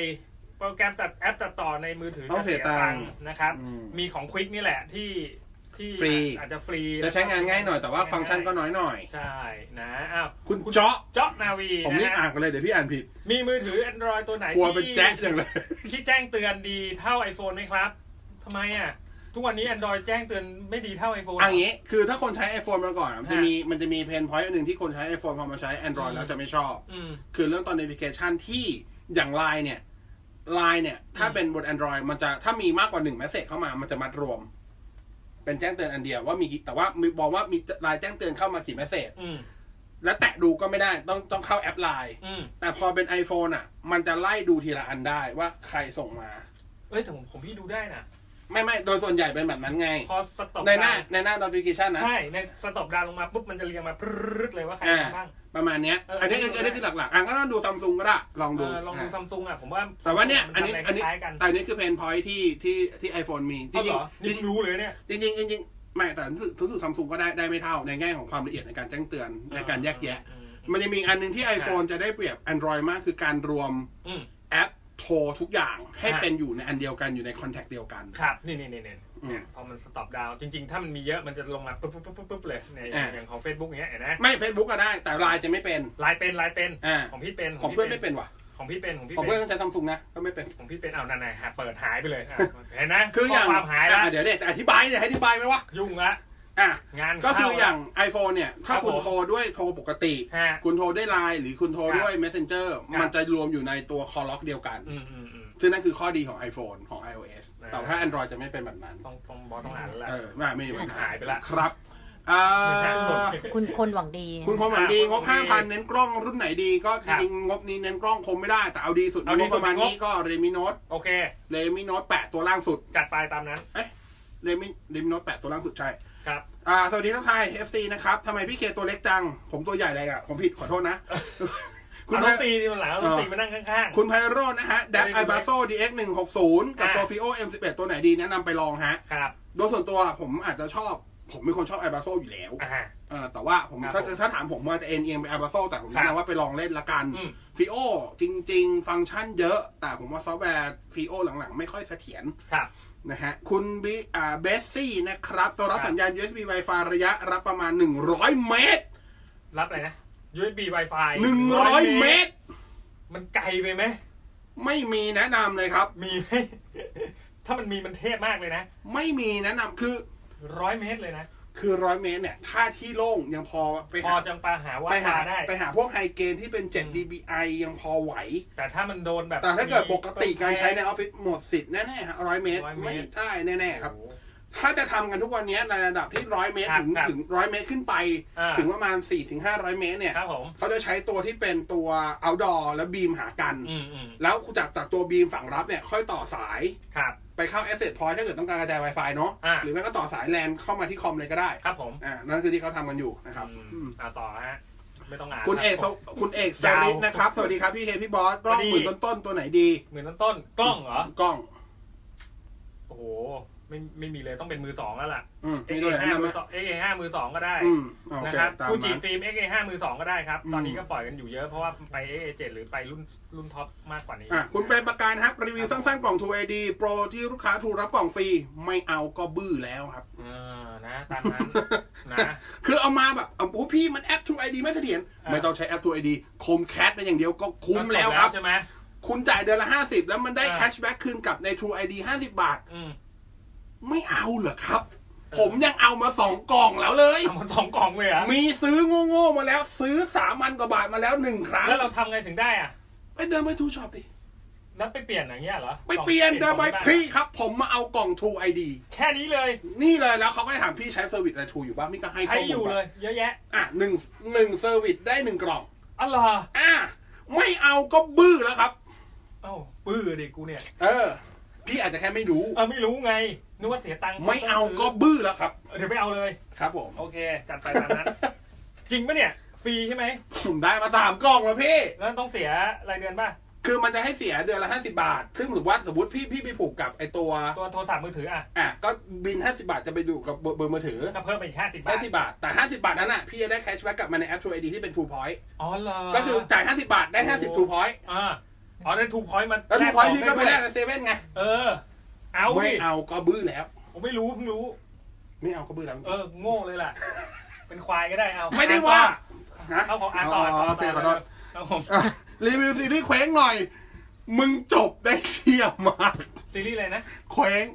โปรแกรมตัดแอปตัดต่อในมือถือ ต้อ จะ งเสียตังค์ นะครับ อืม มีของควิกนี่แหละที่ที่ ฟรี อาจจะฟรี จะใช้งานง่ายหน่อยแต่ว่าฟังก์ชันก็น้อยหน่อย ใช่นะอ้าว คุณเจาะ เจาะนาวี ผมรีบ นะ อ่า ฮะ นกันเลยเดี๋ยวพี่อ่านผิด มีมือถือ Android ตัวไหน กลัวเป็น ที่ แจ๊กอย่างเลย ที่แจ้งเตือนดีเท่า iPhone ไหมครับทำไมอ่ะ ทุกวันนี้ Android แจ้งเตือนไม่ดีเท่า iPhone อันนี้คือถ้าคนใช้ iPhone มาก่อน มันจะมีมันจะมีเพนพอยต์หนึ่งที่คนใช้ iPhone พอมาใช้ Android แล้วจะไม่ชอบ อืม คือเรื่องตอน notification ที่อย่างไลน์เนี่ยไลน์เนี่ย ถ้า อืม เป็นบน Android มันจะถ้ามีมากกว่าหนึ่ง message เข้ามามันจะมัดรวม เป็นแจ้งเตือนอันเดียวว่ามีกี่แต่ว่ามีบอกว่ามีไลน์แจ้งเตือนเข้ามากี่ message อืม และแตะดูก็ไม่ได้ต้องต้องเข้าแอปไลน์ อืม แต่พอเป็น iPhone อ่ะ มันจะไล่ดูทีละอันได้ว่าใครส่งมา เอ้ยแต่ผมผมพี่ดูได้นะ ไม่ไม่โดยส่วนใหญ่เป็นแบบนั้นไง พอสต็อป ในหน้าในหน้า notification นะ ใช่ในสต็อปดาวน์ลงมาปุ๊บมันจะเรียงมาปรึ๊ดเลยว่าใคร อ่า บ้าง ประมาณเนี้ย เอออั อัน นนี้ นี้คืออันนี้คือหลักๆอ่ะก็ต้องดูซัมซุงก็ได้ลองดู เออลองดู อ่ะ ซัมซุงอ่ะผมว่า แต่ว่าเนี่ย มั อันนี้ ทำะไร อันนี้ คล้ายกัน แต่อันนี้คือเพนพอยที่ที่ที่ iPhone มีจ เอาเหรริง อ ๆจ นี่ ริงๆ รู้เลยเนี่ย จริงจริงจริงๆไม่แต่รู้สึกรู้สึกซัมซุงก็ได้ได้ไม่เท่าในแง่ของความละเอียดในการแจ้งเตือนในการแยกแยะ มันจะมีอันหนึงที่ iPhone จะได้เปรียบ Android มากคือการรวม อืม แอปโทรทุกอย่างให้ อ่า เป็นอยู่ในอันเดียวกันอยู่ในคอนแทคเดียวกัน ครับนี่นี่นี่นี่ อืม พอมันสต็อปดาวจริง ๆ ถ้ามันมีเยอะมันจะลงมาปุ๊บปุ๊บปุ๊บปุ๊บเลยใน อ่า อย่างของ Facebook เงี้ยเห็นไหม ไม่ Facebook ก็ได้แต่ไลน์จะไม่เป็น ลายเป็นลายเป็น อ่า ของพี่เป็น ของเพื่อนไม่เป็นว่ะ ของพี่เป็นของพี่ ของ เป็ เพื่อน น ต้องใช้ซัมซุงนะก็ไม่เป็น ของพี่เป็นเอานั่นไงหาเปิดหายไปเลย อ่ะเห็นไหม คืออย่าง ข้ความหายละ อ่ะเดี๋ยวเนี่ยจะอธิบายจะอธิบายไหมวะ ยุ่งละ อ่ะ งาน ก็คือ เข้ อย่าง iPhone เนี่ย ถ้าคุณโทรด้วยโทรปกติ ฮะ คุณโทรด้วยไลน์หรือคุณโทร ครับ ด้วย Messenger ครับ มันจะรวมอยู่ในตัวคอล็อกเดียวกัน อืมอืมอืม ซึ่งนั่นคือข้อดีของ iPhone ของ iOS นะ แต่ถ้า Android จะไม่เป็นแบบนั้น ต้องต้องบอสต้องหาแล้วละ เออไม่ไม่มีปัญหา หายไปละ ครับเอ่ ไม่น่าสน อ คุณคนหวังดี คุณพรหมหวังดีงบ อ่ะ 5,000 เน้นกล้องรุ่นไหนดีก็จ ครับ ริงๆงบนี้เน้นกล้องคงไม่ได้ แต่เอาดีสุด เอาดี งบ สุดประมาณ งบ นี้ก็เรมิโนต โอเค เรมิโนต8ตัวล่างสุด จัดไปตามนั้น เรมิเรมิโนต8ตัวล่างสุดใช่ ครับ อ่า สวัสดีทักทาย FC นะครับทำไมพี่เคตัวเล็กจัง ผมตัวใหญ่เลยอ่ะผมผิดขอโทษนะ คุณ เอาร ไพ ถซีดีมันหลังเอารถซีมานั่งข้างๆ คุณไพโรจน์นะฮะแดป ไม่ ไอ ได้ดู บาโซ DX 1 6 0กับ อ่า ตัวฟิโอ M11 ตัวไหนดีแนะนำไปลองฮะ ครับ โดยส่วนตัวผมอาจจะชอบ ผมเป็นคนชอบไอบาโซอยู่แล้ว อ่า เออแต่ว่าผม ครับ ถ้าถ้าถามผมว่าจะเอ็นเอียงไปไอบาโซแต่ผม ครั แนะ บ นำว่าไปลองเล่นละกัน อืม ฟิโอจริง ๆ ฟังก์ชันเยอะ แต่ผมว่าซอฟต์แวร์ฟิโอหลังๆ ไม่ค่อยเสถียร ครับ นะฮะ คุณบิอ่าเบสซี่นะครับ ตัวรัคบรับ สัญญาณ USB Wi-Fi ระยะรับประมาณ 100 เมตร รับอะไรนะ USB Wi-Fi 100 เมตร มันไกลไปไหม ไม่มีแนะนำเลยครับ มีไหม ถ้ามันมีมันเทพมากเลยนะ ไม่มีแนะนำคือ ร้อยเมตรเลยนะ คือร้อยเมตรเนี่ย ถ้าที่โล่งยังพอไป พอ หา จังปาหาว่า ไปหา ปาได้ ไปหาพวกไฮเกนที่เป็น อืม 7 dBi ยังพอไหว แต่ถ้ามันโดนแบบ แต่ถ้าเกิดปกติการใช้ในออฟฟิศหมดสิทธิ์แน่ๆฮะร้อยเมตร 100เมตร ไม่ได้แน่ๆครับ โอ้โห ถ้าจะทำกันทุกวันนี้ในระดับที่ร้อยเมตร ครับ ถึง ครับ ถึงร้อยเมตรขึ้นไป อ่า ถึงประมาณ4ี่ถึงห้าร้อยเมตรเนี่ย ครับผม เขาจะใช้ตัวที่เป็นตัว outdoor แล้วบีมหากัน อืมอืม แล้วจากจากตัวบีมฝั่งรับเนี่ย ค่อยต่อสาย ครับ ไปเข้า asset point ถ้าเกิดต้องการกระจาย Wi-Fi เนาะ อ่า หรือไม่ก็ต่อสายแลนเข้ามาที่คอมเลยก็ได้ ครับผม อ่านั่นคือที่เขาทำกันอยู่นะครับ อืม อืม อ่าต่อฮะ ไม่ต้องอ่าน คุณเอก รับ คุณเอกส ยาว ริตนะครับ สวัสดีครับพี่เฮพี่บอสกล้อง สวัสดี หมื่นต้นๆตัวไหนดี หมื่นต้นๆกล้องเหรอ กล้อง โอ้โห ไม่ไม่มีเลยต้องเป็นมือสองแล้วล่ะ อืม x มี a ตัวไหนห้านแนะำไห มื ม อสอง x a ห้ามือสองก็ได้ อืมโอ นะ เค ครับ ตาม ฟูจิ นั้น ฟิล์ม x a ห้ามือสองก็ได้ครับ อืม ตอนนี้ก็ปล่อยกันอยู่เยอะเพราะว่าไป x a เจ็ดหรือไปรุ่นรุ่นท็อปมากกว่านี้ อ่ะคุณเป็นประการครับรีวิวสั้นๆกล่อง 2AD โปรที่ลูกค้าถูกรับกล่องฟรีไม่เอาก็บื้อแล้วครับ เออนะตาม นั้นนะ คือเอามาแบบโอ้พี่มันแอป True ID ไม่เสถียร อ่า ไม่ต้องใช้แอป True ID คมแคสไปอย่างเดียวก็คุ้มแล้วครับ ใช่ไหม คุณจ่ายเดือนละ 50 แล้วมันได้ อ่า แคชแบ็กคืนกลับใน True ID 50 บาท อืม ไม่เอาเหรอครับ ผมยังเอามา 2 กล่องแล้วเลย ทำมาสองกล่องเลยเหรอ่ะ มีซื้อโง่ๆมาแล้วซื้อสามพันกว่าบาทมาแล้วหนึ่งครั้ง แล้วเราทำไงถึงได้อ่ะ ไปเดินไปทูช็อปดิ แล้วไปเปลี่ยนอย่างเงี้ยเหรอ ไปเปลี่ยน ก เดิ ล่อน ง ไป บ้าง พี่ครับ ผมมาเอากล่อง True ID แค่นี้เลย นี่เลยแล้วเขาก็ถามพี่ใช้เซอร์วิสอะไร True อยู่บ้างพี่ก็ให้ ใช้ ข้ออมู ยู่ ลไป เลย เยอะแยะ อ่ะหนึ่งหนึ่งเซอร์วิสได้หนึ่งกล่อง อ๋อเหรอ อ่ะไม่เอาก็บื้อแล้วครับ เอ้าปื้อดิกูเนี่ย เออ พี่อาจจะแค่ไม่รู้ เอ้าไม่รู้ไงนึกว่าเสียตังค์ ไม่เอาก็บื้อแล้วครับ เดี๋ยวไปเอาเลย ครับผม โอเค จัดไปตาม นั้นจริงปะเนี่ย ฟรีใช่ไหม ผมได้มาสามกล่องแล้วพี่ แล้วต้องเสียรายเดือนป่ะ คือมันจะให้เสียเดือนละห้าสิบาท ซึ่งถือว่าสมมติพี่พี่ไปผูกกับไอตัว ตัวโทรศัพท์มือถืออ่ะ อ่ะ ก็บินห้าสิบาทจะไปดูกับเบอร์เบอร์มือถือ ก็เพิ่มไปอีกห้าสิบบา ห้า ท สิบาท แต่ห้าสิบาทนั้นอ่ะ พี่จะได้แคชแบ็กกลับมาในแอป True ID ที่เป็น True Point อ๋อเหรอ ก็คือจ่ายห้าสิบาทได้ห้าสิบ True Point อ่าอ๋อได้ทูพอยต์มา แล้ว True Point พี่ก็ไปแลก ด้วยกับเซเว่นไง เออ เอา ไม่ ดิ เอาก็บื้อแล้ว ผมไม่รู้เพิ่งรู้ ไม่เอาก็บื้อแล้ว เออ โง่เลยล่ะ เป็นควายก็ได้เอา ไม่ได้ว่าฮะ เอาของอ่านต่ออ่านต่ โอเคขอโทษ ครับผม อ่ะรีวิวซีรีส์เคว้งหน่อย มึงจบได้เที่ยมาก ซีรีส์อะไรนะ เคว้ง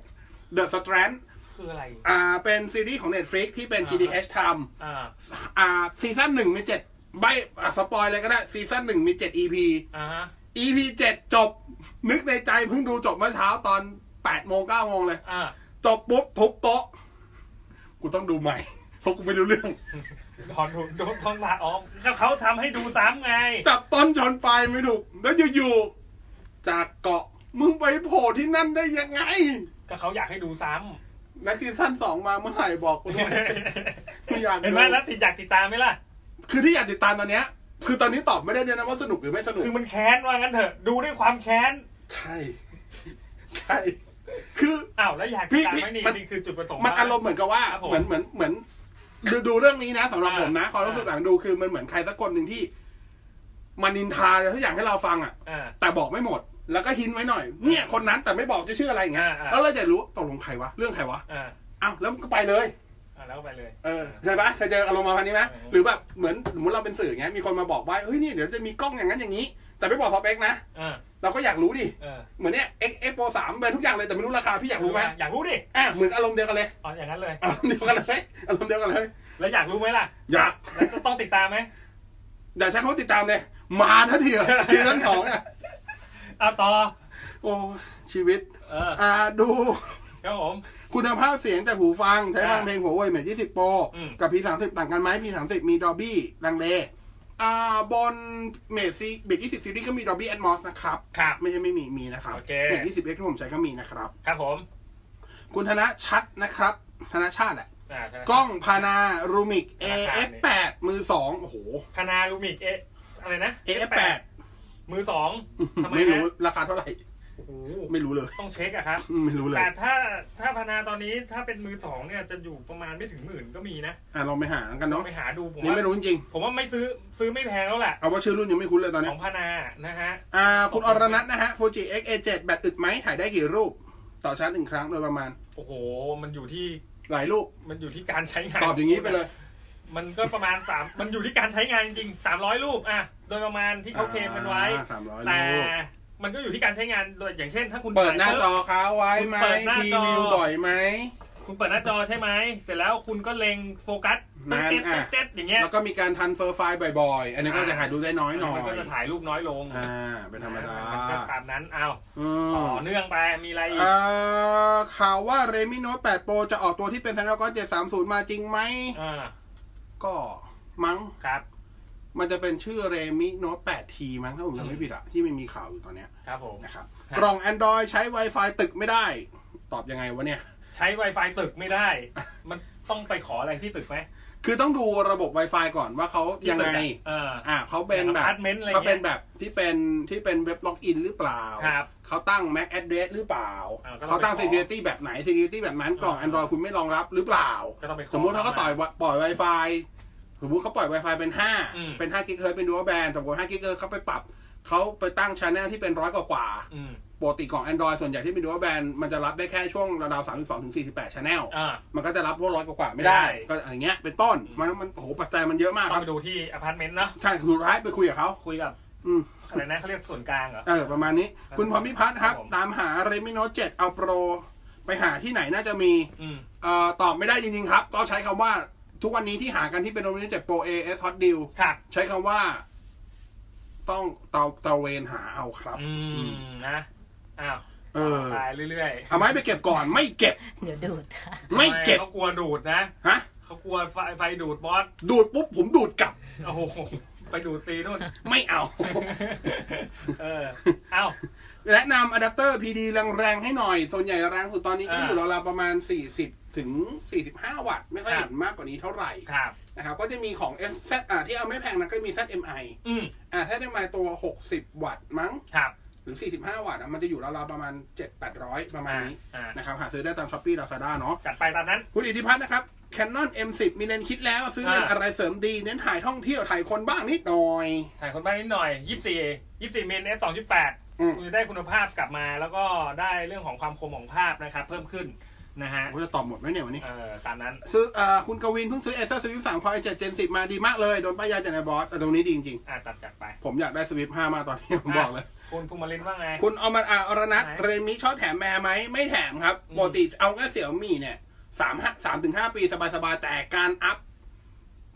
The Strand คืออะไร อ่า เป็นซีรีส์ของ Netflix ที่เป็น GDH ท อ่า ำอ่า ซีซั่นหนึ่งมีเจ็ดใบอ่ะสปอยเลยก็ได้ ซีซั่นหนึ่งมีเจ็ด EP อ่าฮะ EP เจ็ดจบ นึกในใจเพิ่งดูจบเมื่อเช้าตอนแปดโมงเก้าโมงเลย อ่า จบปุ๊บทุบโต๊ะ กูต้องดูใหม่ เพราะกูไม่รู้เรื่อง ถอนทุนโดนท้องลาออกก็เขาทำให้ดูซ้ำไง จับต้นชนปลายไม่ถูก แล้วอยู่ๆ จากเกาะมึงไปโผล่ที่นั่นได้ยังไง ก็เขาอยากให้ดูซ้ำ นักซีซั่นสองมาเมื่อไหร่บอกกู ด้วย กูอยากดู เห็นไหมแล้วติดอยากติดตามไหมล่ะ คือที่อยากติดตามตอนเนี้ย คือตอนนี้ตอบไม่ได้เลยนะว่าสนุกหรือไม่สนุก คือมันแค้นว่างั้นเถอะ ดูด้วยความแค้น ใช่ ใช่ คือ อ้าวแล้วอยากติพี่ดตาม พี่ ไหมนี่ มัน นี่คือจุดประสงค์ มัน เะ อารมณ์เหมือนกับว่า ครับผม เหมือนเหมือนเหมือนดูดูเรื่องนี้นะสำหรับ อ่า ผมนะ ความรู้สึก อ่า หลังดูคือมันเหมือนใครสักคนหนึ่งที่ มันนินทาอะไรทุกอย่างให้เราฟังอ่ะ อ่า แต่บอกไม่หมด แล้วก็หินไว้หน่อย เนี่ยคนนั้นแต่ไม่บอกจะชื่ออะไรอย่างเงี้ย อ่าอ่า แล้วเราจะรู้ตกลงใครวะเรื่องใครวะ อ่า อ้าวแล้วมันก็ไปเลย อ่าแล้วก็ไปเลย เออใช่ปะเคยเจออารมณ์ประมาณนี้ไหม เออ หรือแบบเหมือนสมมติเราเป็นสื่ออย่างเงี้ยมีคนมาบอกว่าเฮ้ยนี่เดี๋ยวจะมีกล้องอย่างนั้นอย่างนี้ แต่ไม่บอกสเปคนะ อ่า เราก็อยากรู้ดิ เออ เหมือนเนี้ย X X Pro 3เป็นทุกอย่างเลยแต่ไม่รู้ราคาพี่อยากรู้ไหม อยากรู้ดิ อ่ะเหมือนอารมณ์เดียวกันเลย อ๋ออย่างนั้นเลย อารมณ์เดียวกันเลยอารมณ์เดียวกันเลย แล้วอยากรู้ไหมล่ะ อยาก แล้วจะต้องติดตามไหม อยากใช้คำว่าติดตามเลยมาทันทีเหรอทีนั้นของเนี่ย เอาต่อ โอ้ชีวิต เออ อ่าดู ครับผม คุณภาพเสียงจากหูฟัง ใช้ฟังเพลงหัวเว่ยเมท20 Pro อืม กับ P30 ต่างกันไหม P30 มีดอ b บี้ลังเลอ่าบนเมทซีเมท20ซีรีส์ก็มีดอ b บี้แอดมอสนะครับ ครับ ไม่ใช่ไม่มีมีนะครับ โอเค เมท20 X ที่ผมใช้ก็มีนะครับ ครับผม คุณธนชัดนะครับธนชาติแหละ อ่าใช่ไหม กล้องพานารูมิก ราคาเนี่ย AF8 มือสองโอ้โห พานาลูมิกเอ อะไรนะ AF8 มือส องทำไม ไม่รู้ ฮะ ราคาเท่าไหร่ โอ้โห ไม่รู้เลย ต้องเช็คอะครับ ไม่รู้เลย แต่ถ้าถ้าพนาตอนนี้ถ้าเป็นมือสองเนี่ยจะอยู่ประมาณไม่ถึงหมื่นก็มีนะ อ่ะลองไปหากันเนาะ ไปหาดูผม นี่ ว่า ไม่รู้จริง ผมว่าไม่ซื้อซื้อไม่แพงแล้วแหละ ๆเอาว่าชื่อรุ่นยังไม่คุ้นเลยตอนเนี้ ข ย องพนานะฮะ อ่า คุณอรนัทนะฮะ Fuji XA7 แบตอึดไหมถ่ายได้กี่รูป ต่อชาร์จหนึ่งครั้งโดยประมาณ โอ้โห มันอยู่ที่ หลายรูป มันอยู่ที่การใช้งาน ตอบอย่างนี้ไปเลย มันก็ประมาณสามมันอยู่ที่การใช้งานจริงสามร้อยรูปอ่ะโดยประมาณที่เขาเคลมกันไว้ สามร้อย แต่ ลูก มันก็อยู่ที่การใช้งานโดยอย่างเช่น ถ้าคุณ เปิดหน้าจ ถ่ย อ ปุ๊บ เขาไว้ไหม เปิดหน้า รี จอ วิวบ่อยไหม คุณเปิดหน้าจอใช่ไหมเสร็จแล้วคุณก็เล็งโฟกัส นั่น เต๊ด อ่ะ เต๊ดเต๊ดอย่างเงี้ย แล้วก็มีการทันเฟอร์ไฟล์บ่อยๆ อันนี้ก็จะหาดูได้น้อยหน่อ มั ย ก็จะถ่ายรูปน้อยลง อ่า เป็นธรรมดา มันก็ตามนั้นเอา อื ต่อมเนื่องไปมีอะไรอีก เอ่อข่าวว่าเรมิโน t e 8 Pro จะออกตัวที่เป็น Snapdragon 730 มาจริงไหม อ่า ก็มั้ง ครับ มันจะเป็นชื่อเรมิโน t e 8T มั้งถ้าผมจำไม่ผิดอะที่มันมีข่าวอยู่ตอนเนี้ย ครับผม นะครับ ครับ กล่อง Android ใช้ Wi-Fi ตึกไม่ได้ ตอบยังไงวะเนี่ย ใช้ Wi-Fi ตึกไม่ได้ มันต้องไปขออะไรที่ตึกไหม คือต้องดูระบบ Wi-Fi ก่อนว่าเขา ที่ ยัง ตึก ไง อะเออ อ่าเขาเป็นแบบ อพาร์ตเมนต์อะไรเงี้ย เขาเป็นแบบที่เป็นที่เป็นเว็บล็อกอินหรือเปล่า ครับ เขาตั้ง Mac Address หรือเปล่า อ่าก็ต้อง เขาตั้ง ไปขอ Security แบบไหน Security แบบนั้นกล่อง อ่า Android คุณไม่รองรับหรือเปล่า ก็ต้องไปขอ สมมุติเขาก็ ต ต่อย ม ปล่อย Wi-Fi สมมติเขาปล่อย Wi-Fi เป็น อืม 5 เป็น5กิกะเฮิร์ตซ์เป็น dual band แต่ว่า5กิกะเฮิร์ตซ์เขาไปปรับ เขาไปตั้งช n e l ที่เป็นร้อยกว่า อืม ๆปกติกล่อง Android ส่วนใหญ่ที่เป็น dual band มันจะรับได้แค่ช่วงราวๆ32ถึง48 channel อ่า มันก็จะรับพวกร้อยกว่าๆไม่ได้ ไม่ได้ ก็อย่างเงี้ยเป็นต้น มันมันโอ้โหปัจจัยมันเยอะมาก ต้อครั ง บ ไปดูที่อพาร์ตเมนต์เนาะ ใช่สุดท้ายไปคุยกับเขา คุยกับ อืม อะไรนะเขาเรียกส่วนกลางเหรอ เออ ประมาณนี้ คุณพรพิพัฒน์ครับ ครับผม ตามหาเรมิโนเจ็ดเอาโปร ไปหาที่ไหนน่าจะมี อืม เอ่อ ตอบไม่ได้จริงๆครับ ก็ใช้คำว่าทุกวันนี้ที่หากันที่เป็นเรมิโนเจ็ดโปรเอเอสฮอตดิล ครับ ใช้คำว่า ต้องเตาเตาเวนหาเอาครับ อืมนะอ้าว เออ ตายเรื่อยๆ เอาไม้ไปเก็บก่อนไม่เก็บ เดี๋ยวดูด ไม่เก็บ เขากลัวดูดนะ ฮะ เขากลัวไฟไฟดูดบอส ดูดปุ๊บผมดูดกลับ โอ้โหไปดูดซีนู่น ไม่เอา เออเอ้า แนะนำอะแดปเตอร์ PD แรงๆ ให้หน่อย ส่วนใหญ่แรงสุดตอนนี้ก็ อ่า อยู่ราวๆประมาณ 40 ถึง 45 วัตต์ ไม่ค่อย ครับ เห็นมากกว่านี้เท่าไหร่ ครับ นะครับก็จะมีของ SZ อ่าที่เอาไม่แพงนะก็มี ZMI อืม อ่า ZMI ตัว 60 วัตต์มั้ง ครับ หรือ 45 วัตต์อ่ะมันจะอยู่ราวๆประมาณ 7-800 ประมาณนี้ อ่า นะครับ หาซื้อได้ตาม Shopee Lazada เนาะ จัดไปตามนั้น คุณอิทธิพัฒน์นะครับ Canon M10 มีเลนส์คิดแล้ว ซื้อเลนส์ อ่า อะไรเสริมดี เน้นถ่ายท่องเที่ยว ถ่ายคนบ้างนิดหน่อย ถ่ายคนบ้านนิดหน่อย 24 24เมน f อืม 2.8คุณจะได้คุณภาพกลับมา แล้วก็ได้เรื่องของความคมของภาพนะครับ เพิ่มขึ้นนะฮะ ผมจะตอบหมดไหมเนี่ยวันนี้ เออตามนั้น ซื้ออ่าคุณกวินเพิ่งซื้อ Acer Swift 3 Core i7 Gen 10 มาดีมากเลย โดนป้ายยาจากนายบอสแต่ตรงนี้ดีจริง อ่ะตัดจัดไป ๆ ผมอยากได้ Swift 5 มาตอนนี้ ผมบอกเลย คุณภูมิลินว่าไง คุณอมรอาอรนัท ไหน เรมิชอบแถมแมร์ไหม ไม่แถมครับ อืม ปกติเอาแค่เสี่ยวมี่เนี่ยสามห้าสามถึงห้าปีสบายๆ แต่การอัพ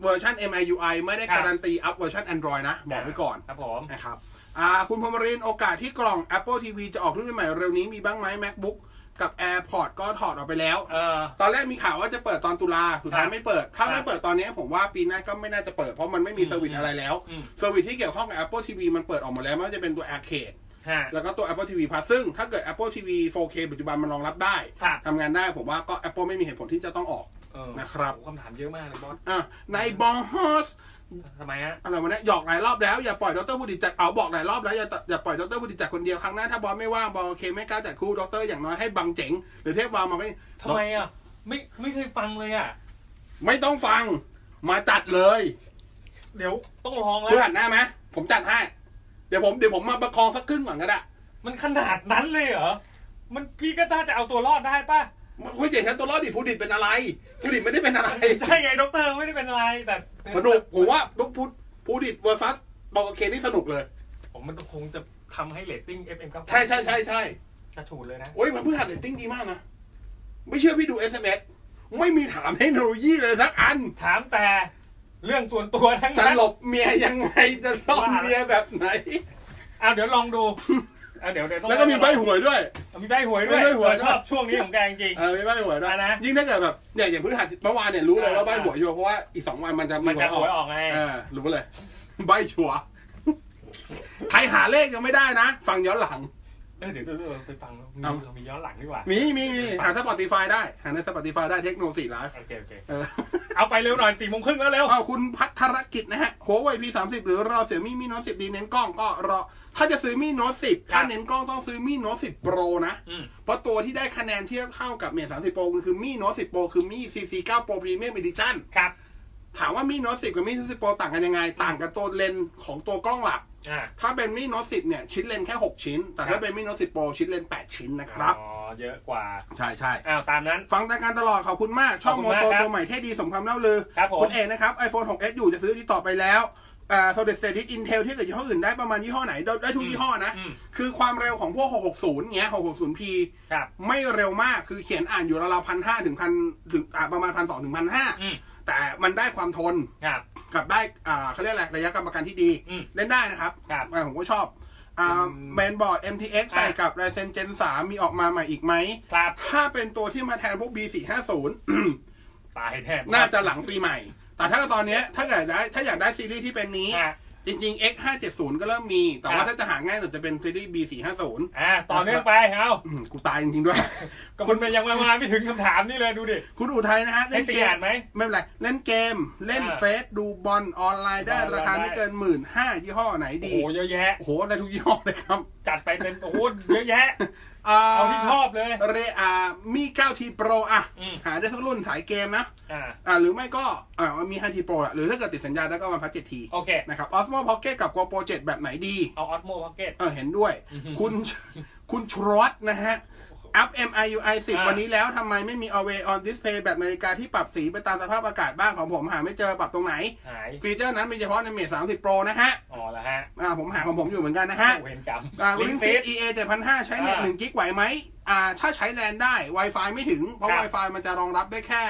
เวอร์ชัน MIUI ไม่ได้การันตีอัพเวอร์ชัน Android นะ บอกไว้ก่อน ครับผม นะครับอ่าคุณพรหมรินทร์โอกาสที่กล่อง Apple TV จะออกรุ่นใหม่เร็วนี้มีบ้างไหม MacBook กับ AirPod ก็ถอดออกไปแล้ว เออ ตอนแรกมีข่าวว่าจะเปิดตอนตุลาสุดท้าย ครับ ไม่เปิด ถ้า ครับ ไม่เปิดตอนนี้ผมว่าปีหน้าก็ไม่น่าจะเปิดเพราะมันไม่มีเซอร์วิส อืม อะไรแล้ว อืม เซอร์วิสที่เกี่ยวข้องกับ Apple TV มันเปิดออกหมาแล้วไม่ว่าจะเป็นตัว Arcade ฮะ แล้วก็ตัว Apple TV Plus ซึ่งถ้าเกิด Apple TV 4K ปัจจุบันมันรองรับได้ ครับ ทำงานได้ผมว่าก็ Apple ไม่มีเหตุผลที่จะต้องออก เออ นะครับ โอ้โหคำถามเยอะมากเลยบอส อ่ะในบองฮอส ทำไมฮะ อะไรวะเนี่ยหยอกหลายรอบแล้วอย่าปล่อยดรบุดิจักเอาบอกหลายรอบแล้วอย่าอย่าปล่อยดรบุดิจักคนเดียวครั้งหน้าถ้าบอสไม่ว่างบอสโอเคไม่กล้าจัดคู่ดรอย่างน้อยให้บังเจ๋งหรือเทพวาวมาไม่ ทำไมอ่ะ ไม่ไม่เคยฟังเลยอ่ะ ไม่ต้องฟังมาจัดเลย เดี๋ยวต้องลองแล้ เพื่อ ว นหน้าไหมผมจัดให้ เดี๋ยวผมเดี๋ยวผมมาประคองสักครึ่งก่อนก็ได้ มันขนาดนั้นเลยเหรอ มันพี่ก็น่าจะเอาตัวรอดได้ป่ะ คุยเจ๋งฉันตัวรอดดิผู้ดิดเป็นอะไรผู้ดิดไม่ได้เป็นอะไร ใช่ไงด็อกเตอร์ไม่ได้เป็นอะไรแต่ สนุกผมว่าลูกผู้ผู้ดิดเวอร์ซัสบอกโอเคนี่สนุกเลย ผมมันคงจะทำให้เรตติ้ง FM ครับ ใช่ใช่ใช่ใช่ กระฉูดเลยนะ โอ้ยมันเพิ่งหัดเรตติ้งดีมากนะ ไม่เชื่อพี่ดู SMS ไม่มีถามเทคโนโลยีเลยสักอัน ถามแต่เรื่องส่วนตัวทั้ง จะ นั้น หลบเมียยังไง จะซ่อนเมียแบบไหน เอาเดี๋ยวลองดูเอาเดี๋ยวเดี๋ยวต้อง แล้วก็มีใบ หวย หวยด้วย มีใบหวยด้วย มีใบ้หวย เออชอบช่วงนี้ของแกจริง เออมีใบหวยด้วย อะไรนะ ยิ่งถ้าเกิดแบบเนี่ยอย่างเพิ่งหัดเมื่อวานเนี่ยรู้เลยว่า อ่า ใบหวยอยู่เพราะว่าอีกสองวันมันจะ ๆมันจะหวยออกไง เออรู้เลย ใบชัวร์ใครหาเลขยังไม่ได้นะ ฟังย้อนหลัง เออเดี๋ยวเดี๋ยวเดี๋ยวไปฟังมี เอา เรามีย้อนหลังดีกว่า มีมีมีหาสปอติฟายได้หาในสปอติฟายได้เทคโนโลยีไลฟ์ โอเคโอเค เออ เอาไปเร็วหน่อยสี่โมงครึ่งแล้วเร็ว เอาคุณพัทรกิจนะฮะโค้วไวพีสามสิบหรือรอเสี่ยมี่มีโน้ตสิบดีเน้นกล้องก็รอ ถ้าจะซื้อมีโน้ตสิบ ครั ถ้า บ เน้นกล้องต้องซื้อมีโน้ตสิบโปรนะ อืม เพราะตัวที่ได้คะแนนเทียบเท่ากับเมทสามสิบโปรคือมีโน้ตสิบโปรคือมีซีซีเก้าโปรพรีเมียมเอดิชั่น ครับ ถามว่ามีโน้ตสิบกับมีโน้ตสิบโปรต่างกันยังไง ต่างกับตัวเลนส์ของตัวกล้องหลัก อ่า ถ้าเป็นมีโน้ตสิบเนี่ยชิ้นเลนส์แค่หกชิ้น แต่ ครั ถ้า บ เป็นมีโน้ตสิบโปรชิ้นเลนส์แปดชิ้นนะครับ อ๋อเยอะกว่า ใช่ใช่ อ้าว ตามนั้น ฟังรายการตลอดขอบคุณมากชอบ ขอบ โม คุณมาก โต ครับ ตัวใหม่เท่ดีสมคำเล่าลือ ครับผม ณเอกนะครับ iPhone 6s อยู่จะซื้อที่ต่อไปแล้วอ่าโซเดตเซดิสอินเทลที่เกิดยี่ห้ออื่นได้ประมาณยี่ห้อไหนได้ได้ทุกยี่ห้อนะ อืม คือความเร็วของพวก 660เงี้ย 660p ครับ ไม่เร็วมาก คือเขียนอ่านอยู่ราวๆพันห้าถึงพันถึงอ่าประมาณพันสองถึงพันห้า อืม แต่มันได้ความทน ครับ กับได้อ่าเขาเรียกอะไรระยะการประกันที่ดี อืม เล่นได้นะครับ ครับ อ่าผมก็ชอบอ่า อืม แมนบอร์ด MTX อ่ะ ใส่กับ Ryzen Gen 3 มีออกมาใหม่อีกไหม ครับ ถ้าเป็นตัวที่มาแทนพวก B450 ตายแน่ น่าจะหลังปีใหม่ แต่ถ้าตอนเนี้ยถ้าเกิดได้ถ้าอยากได้ซีรีส์ที่เป็นนี้ อ่า จริงๆ X570 ก็เริ่มมี แต่ ครั ว่า บ ถ้าจะหาง่ายสุดจะเป็นซีรีส์ B450 อ่า ต่อเนื่องไป เอา อืมกูตายจริงๆด้วย ก็คุณยังมามาไม่ถึงคำถามนี่เลยดูดิ คุณอุทัยนะฮะ ได้ เล่น สี่ เก อ่าม นไหม ไม่เป็นไรเล่นเกม เล่น อ่า เฟซดูบอลออนไลน์ได้ บอลออนไลน์ ราคาไม่เกินหมื่นห้ายี่ห้อไหน โอ้ ดี โห เยอะแยะ โอ้โหได้ทุกยี่ห้อเลยครับ จัดไปเป็น โอ้โห เยอะแยะ เอาที่ชอบเลย เรอามี9ทีโปรอ่ะ อืม หาได้ทุกรุ่นสายเกมนะ อ่า อ่าหรือไม่ก็อ่ามี5ทีโปรหรือถ้าเกิดติดสัญญาได้ก็วันพัดเจ็ดที โอเค นะครับออสโมพ็อกเก็ตกับโกโปรเจกแบบไหนดี เอาออสโมพ็อกเก็ต เออเห็นด้วย คุณ คุณชรอตนะฮะอัพ MIUI 10 อ่า วันนี้แล้วทำไมไม่มี Always on Display แบบนาฬิกาที่ปรับสีไปตามสภาพอากาศบ้างของผมหาไม่เจอปรับตรงไหน หาย ฟีเจอร์นั้นมีเฉพาะในเมท30 Pro นะฮะ อ๋อละฮะ อ่าผมหาของผมอยู่เหมือนกันนะฮะ โอ้เห็นกรรม อ่าลิงก์ซี ซิ EA 7,500 ใช้เน็ต อ่า 1กิกไหวไหมอ่า ถ้าใช้แลนได้ Wi-Fi ไม่ถึง เพราะ ครับ Wi-Fi มันจะรองรับได้แค่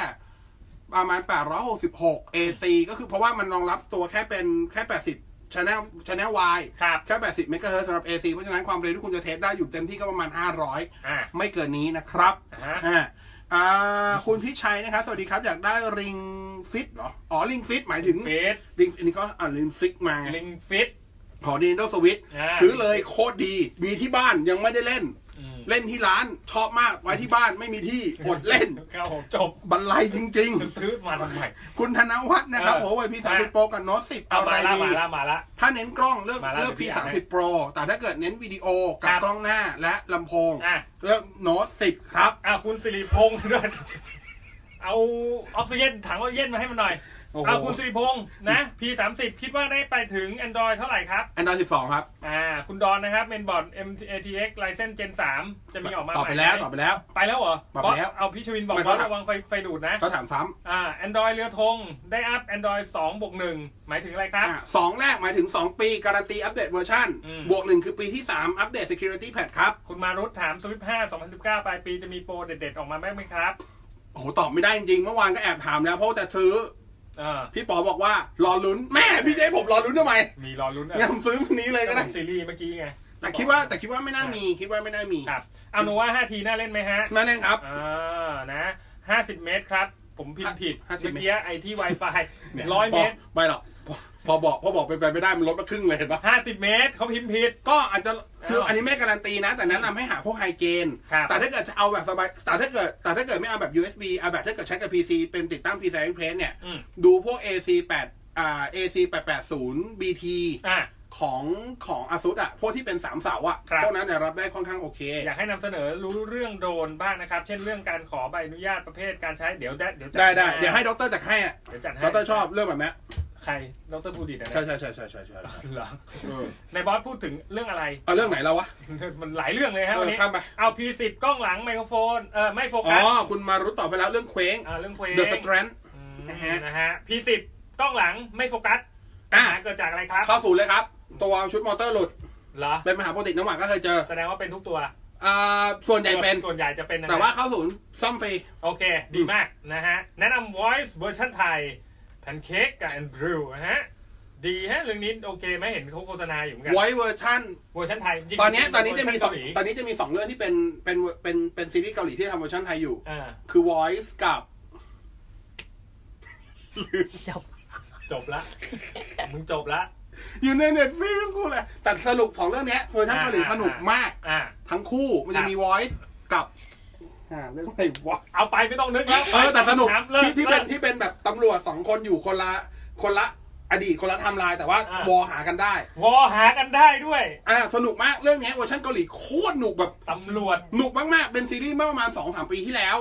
ประมาณ 866 AC ก็คือเพราะว่ามันรองรับตัวแค่เป็นแค่ 80 Channel Channel Y ครับ แค่ 80 เมกะเฮิร์ตซ์สำหรับ AC เพราะฉะนั้นความเร็วที่คุณจะเทสได้อยู่เต็มที่ก็ประมาณ 500 อ่า ไม่เกินนี้นะครับ อ่าฮะ อ่าอ่าคุณพิชัยนะครับ สวัสดีครับอยากได้ริงฟิตเหรออ๋อริงฟิตหมายถึง ฟิต ลิงก์อันนี้ก็อ่านลิงก์ฟิกมาไง ลิงฟิต ขอดีนโดสวิต อ่า ซื้อเลยโคตรดี มีที่บ้านยังไม่ได้เล่น อืม เล่นที่ร้านชอบมากไว้ที่บ้านไม่มีที่อดเล่น ครับผมจบ บรรลัยจริง ซื้อมาทำไม ๆ คุณธนวัฒน์นะครับ เออ โอ้ยพีสามสิบ อ่ะ โปรกับโน้ตสิบ เอา เอาอะไร มาละ ดี มาละมาละ ถ้าเน้นกล้องเลือก มาแล้ว เลือก เดี๋ยวพี่ พี อ่า สาม นให้ สิบโปรแต่ถ้าเกิดเน้นวิดีโอกั ค บ รับ กล้องหน้าและลำโพง อ่ะ เลือกโน้ตสิบครับ อ่ะคุณสิริพงษ์ด้วยเอาออกซิเจนถังออกซิเจนมาให้มันหน่อย โอ้โห เอาคุณสิริพงษ์นะ P30 คิดว่าได้ไปถึง Android เท่าไหร่ครับ อันดับสิบสองครับ อ่า คุณดอนนะครับเมนบอร์ด MATX License Gen 3 จะมีออกมา ตอบไปแล้วตอบไปแล้ว ไปแล้วเหรอ ตอบไปแล้ว บสเอาพิชวินบอก ไม่ ว่า ครับ ระวังไฟไฟดูดนะ เขาถามซ้ อ่า Android เรือธงได้อัพ Android 2บวก1หมายถึงอะไรค ำ รับ อ่ะสองแรกหมายถึงสองปีการันตีอัปเดตเวอร์ชัน อืม บวกหนึ่งคือปีที่สามอัปเดต Security Patch ครับ คุณมารุธถาม Swift 5 2019 ปลายปีจะมีโปรเด็ดๆ ออกมาบ้างไหมครับ โอ้โหตอบไม่ได้จริงๆ เมื่อวานก็แอบถามแล้วเพราะจะซื้อ อ่า พี่ป๋อบอกว่ารอลุ้นแม่พี่เจ๊ผมรอลุ้นทำไม มีรอลุ้นอ่ะ งั้นผมซื้อวันนี้เลยก็ได้ ซีรีส์เมื่อกี้ไง แต่คิดว่าแต่คิดว่าไม่น่ามีคิดว่าไม่น่ามี ครับเอาโนว่าห้าทีน่าเล่นไหมฮะ นั่นเองครับ อ่านะห้าสิบเมตรครับ ผมพิมพ์ผิด 50 เมื่อกี้ไอที่ Wi-Fi ร้อยเมตร พไม่หรอกพอพอบอกพอบอกไปไปไม่ได้มันลดมาครึ่งเลยเห็นปะ ห้าสิบเมตรเขาพิมพ์ผิด ก็อาจจะคือ เอา อันนี้ไม่การันตีนะ แต่แนะนำให้หาพวกไฮเกน ครับ แต่ถ้าเกิดจะเอาแบบสบายแต่ถ้าเกิดแต่ถ้าเกิดไม่เอาแบบ USB เอาแบบถ้าเกิดใช้กับ PC เป็นติดตั้ง PCI Express เนี่ย อืม ดูพวก AC 8อ่า AC 880 BT อ่ะ ของของอาซุอ่ะ พวกที่เป็นสามเสาอ่ะ ครับ พวกนั้นเนี่ยรับได้ค่อนข้างโอเค อยากให้นำเสนอรู้เรื่องโดรนบ้างนะครับ เช่นเรื่องการขอใบอนุญาตประเภทการใช้เดี๋ยวได้เดี๋ยวจั ได้ได้ ให้ เดี๋ยวให้ด็อกเตอร์จัดให้อ่ะ เดี๋ยวจัดให้ ด็อกเตอร์ชอบเรื่องแบบนี้ ใครดรบูดิตนะ ใช่ใช่ใช่ใช่ใช่ใช่ เหรอ เออ ในบอสพูดถึงเรื่อง อะไร เอาเรื่องไหนแล้ววะ มันหลายเรื่องเลย เอ ฮะวัน อ นี้ ข้ามไป เอา P10 กล้องหลังไมโครโฟนเออไม่โฟ อ๋ กัส อ คุณมารู้ตอบไปแล้วเรื่องเคว้ง อ่าเรื่องเพลง The Strand อืม นะฮะ นะฮะ P10 กล้องหลังไม่โฟกัสปัญหาเกิดจากอะไรครับ เข้าศูนย์เลยครับ ตัวชุดมอเตอร์หลุด เหรอ เป็นปัญหาปกติน้ำหวานก็เคยเจอ แสดงว่าเป็นทุกตัว อ่าส่วนใหญ่เป็น ส่วนใหญ่จะเป็นนะ แต่ว่าเข้าศูนย์ซ่อมฟรี โอเค ดีมากนะฮะ แนะนำ voice เวอร์ชันไทยแพนเค้กกับแอนดรูนะฮะ ดีฮะ เรื่องนี้โอเคไหมเห็นเขาโฆษณาอยู่เหมือนกัน ไว้เวอร์ชัน เวอร์ชันไทยจริงๆ ตอนเนี้ยตอนนี้จะมีส เวร์ชัองนเกาหลี ตอนนี้จะมีสองเรื่องที่เป็นเป็นเป็นเป็นซีรีส์เกาหลีที่ทำเวอร์ชันไทยอยู่ อ่า คือ Voice กับ จบ จบละ มึงจบละ อยู่ในเน็ตฟรีทั้งคู่เลยแต่สรุปสองเรื่องเนี้ยเวอร์ชันเกาหลี อ่า สนุกมาก อ่า ทั้งคู่มัน ค จะ รับ มี voice กับ อ่าเรื่องอะไรวะ เอาไปไม่ต้องนึกแล้ว เออแต่สนุก ครับเลิ ที่ที่เป็น ลิ ที่เป็นแบบตำรวจสองคนอยู่คนละคนละอดีตคนละไทำลายแต่ว่า อ่ะ วอหากันได้ วอหากันได้ด้วย อ่าสนุกมากเรื่องนี้เวอร์ชันเกาหลีโคตรหนุกแบบ ตำรวจ หนุกมากๆ เป็นซีรีส์เมื่อประมาณสองสามปีที่แล้ว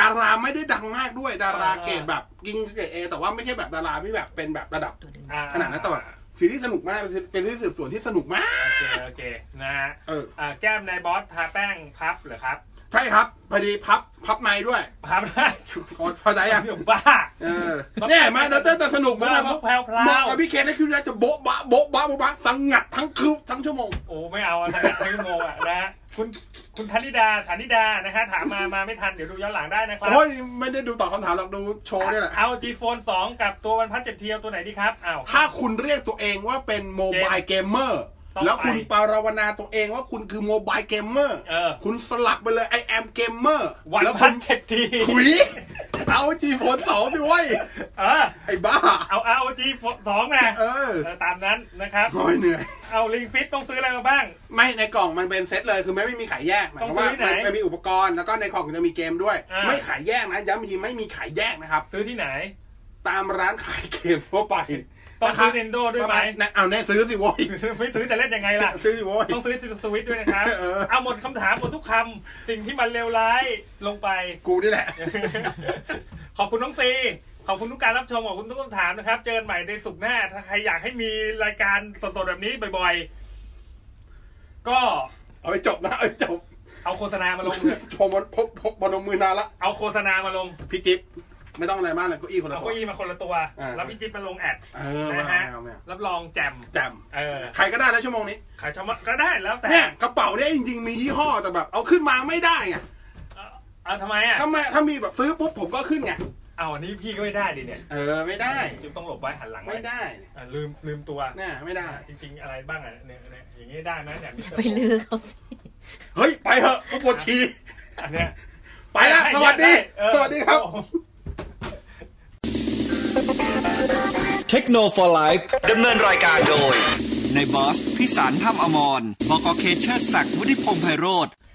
ดาราไม่ได้ดังมากด้วย ดารา อ่า เกรดแบบกิงเกรดเอแต่ว่าไม่ใช่แบบดาราที่แบบเป็นแบบระดับ ตัวดึง อ่ ขนาดนั้นแต่ว่าซีรีส์สนุกมากเป็นเป็นซีรีส์สืบสวนที่สนุกมาก โอเคโอเคนะฮะ เออ อ่าแก้มนายบอสทาแป้งพับเหรอครับ ใช่ครับพอดีพับพับในด้วย พับได้ ขอเข้าใจยัง เดี๋ยวบ้า เออเนี่ยมาเดอเตอร์แต่สนุกมา บ้าก พวกแพรวพราว เหมาะกับพี่เคนนะคือจะโบ๊ะบะโบ๊ะบะโบ๊ะบะสังงัดทั้งคืนทั้งชั่วโมง โอ้ไม่เอาอะสกัดไม่โมอ่ะนะฮะคุณคุณธนิดาธนิดานะฮะถามมามาไม่ทันเดี๋ยวดูย้อนหลังได้นะครับ โอ้ยไม่ได้ดูตอบคำถามหรอกดูโชว์เนี่ยแหละ เอา G Phone 2 กับตัววันพัดเจ็ดเทียวตัวไหนดีครับอ้าว ถ้าคุณเรียกตัวเองว่าเป็นโมบายเกมเมอร์ ต้องไป แล้วคุณปาราวนาตัวเองว่าคุณคือโมบายเกมเมอร์ เออ คุณสลักไปเลยไอแอมเกมเมอร์ วัน แล้ว พั คุ ด ณ เจ็ดที ถุยเอาจีโฟนสองด้วย เออ ไอ้บ้า เอาเอา G สองนะ เออ เออตามนั้นนะครับ โอยเหนื่อย เอาลิงฟิตต้องซื้ออะไรมาบ้าง ไม่ในกล่องมันเป็นเซตเลยคือไม่ไม่มีขายแยกหมายความว่า ต้องซื้อที่ไหน มันมีอุปกรณ์แล้วก็ในกล่องจะมีเกมด้วย อ่า ไม่ขายแยกนะย้ำอีกทีไม่มีขายแยกนะครับ ซื้อที่ไหน ตามร้านขายเกมทั่วไป ต้องซื้อ ะครับ Nintendo ด้วยไหม เอาแน่ซื้อสิโว้ย ไม่ซื้อจะเล่นยังไงล่ะ ซื้อสิโว้ย ต้องซื้อสวิตด้วยนะครับ เออ เอาหมดคำถามหมดทุกคำสิ่งที่มันเลวร้ายลงไป กูนี่แหละ ขอบคุณน้องซี ขอบคุณทุกการรับชมขอบคุณทุกคำถามนะครับ เจอกันใหม่ในสุขหน้า ถ้าใครอยากให้มีรายการสดๆแบบนี้บ่อยๆ ก็ เอาไปจบนะเอาไปจบ เอาโฆษณามาลงเถอะ พอมันพบพบพนมมือนานละ เอาโฆษณามาลง พี่จิ๊บไม่ต้องอะไรมากเลยเก็อี้คนละ เอา ตัว เก้าอี้มาคนละตัว อ่า แล้วพี่จิ๊บมาลงแอด เออ นะ ไม่ ฮะ เอาไม่เอาไม่เอา รับรองแจ่ม แจม เออ ใครก็ได้แล้วชั่วโมงนี้ ขายชำระก็ได้แล้วแต่ เนี่ยกระเป๋าเนี่ยจริง ๆ มียี่ห้อแต่แบบ เอาขึ้นมาไม่ได้ไง เอาเอาทำไมอ่ะ ถ้าไม่ถ้ามีแบบซื้อปุ๊บผมก็ขึ้นไง เอาอันนี้พี่ก็ไม่ได้ดิเนี่ย เออไม่ได้ จิ๊บต้องหลบไว้หันหลังว้ ไม่ได้ อ่ะลืมลืมตัว เนี่ยไม่ได้ จริงๆ อะไรบ้างอ่ะเนี่ยเนี่ยอย่างนี้ได้ไหมเนี่ยมิสเตอร์ ไปลือเขาสิ เฮ้ย ไปเถอะกูปวดฉี่ อันเนี้ย ไปละสวัสดี เออ สวัสดีครับ เทคโนโลยี ดำเนินรายการโดย ในบอสพิสารถ้ำอมรบอกอเคเชอร์ศักดิ์วุฒิพงษ์ไพโรธ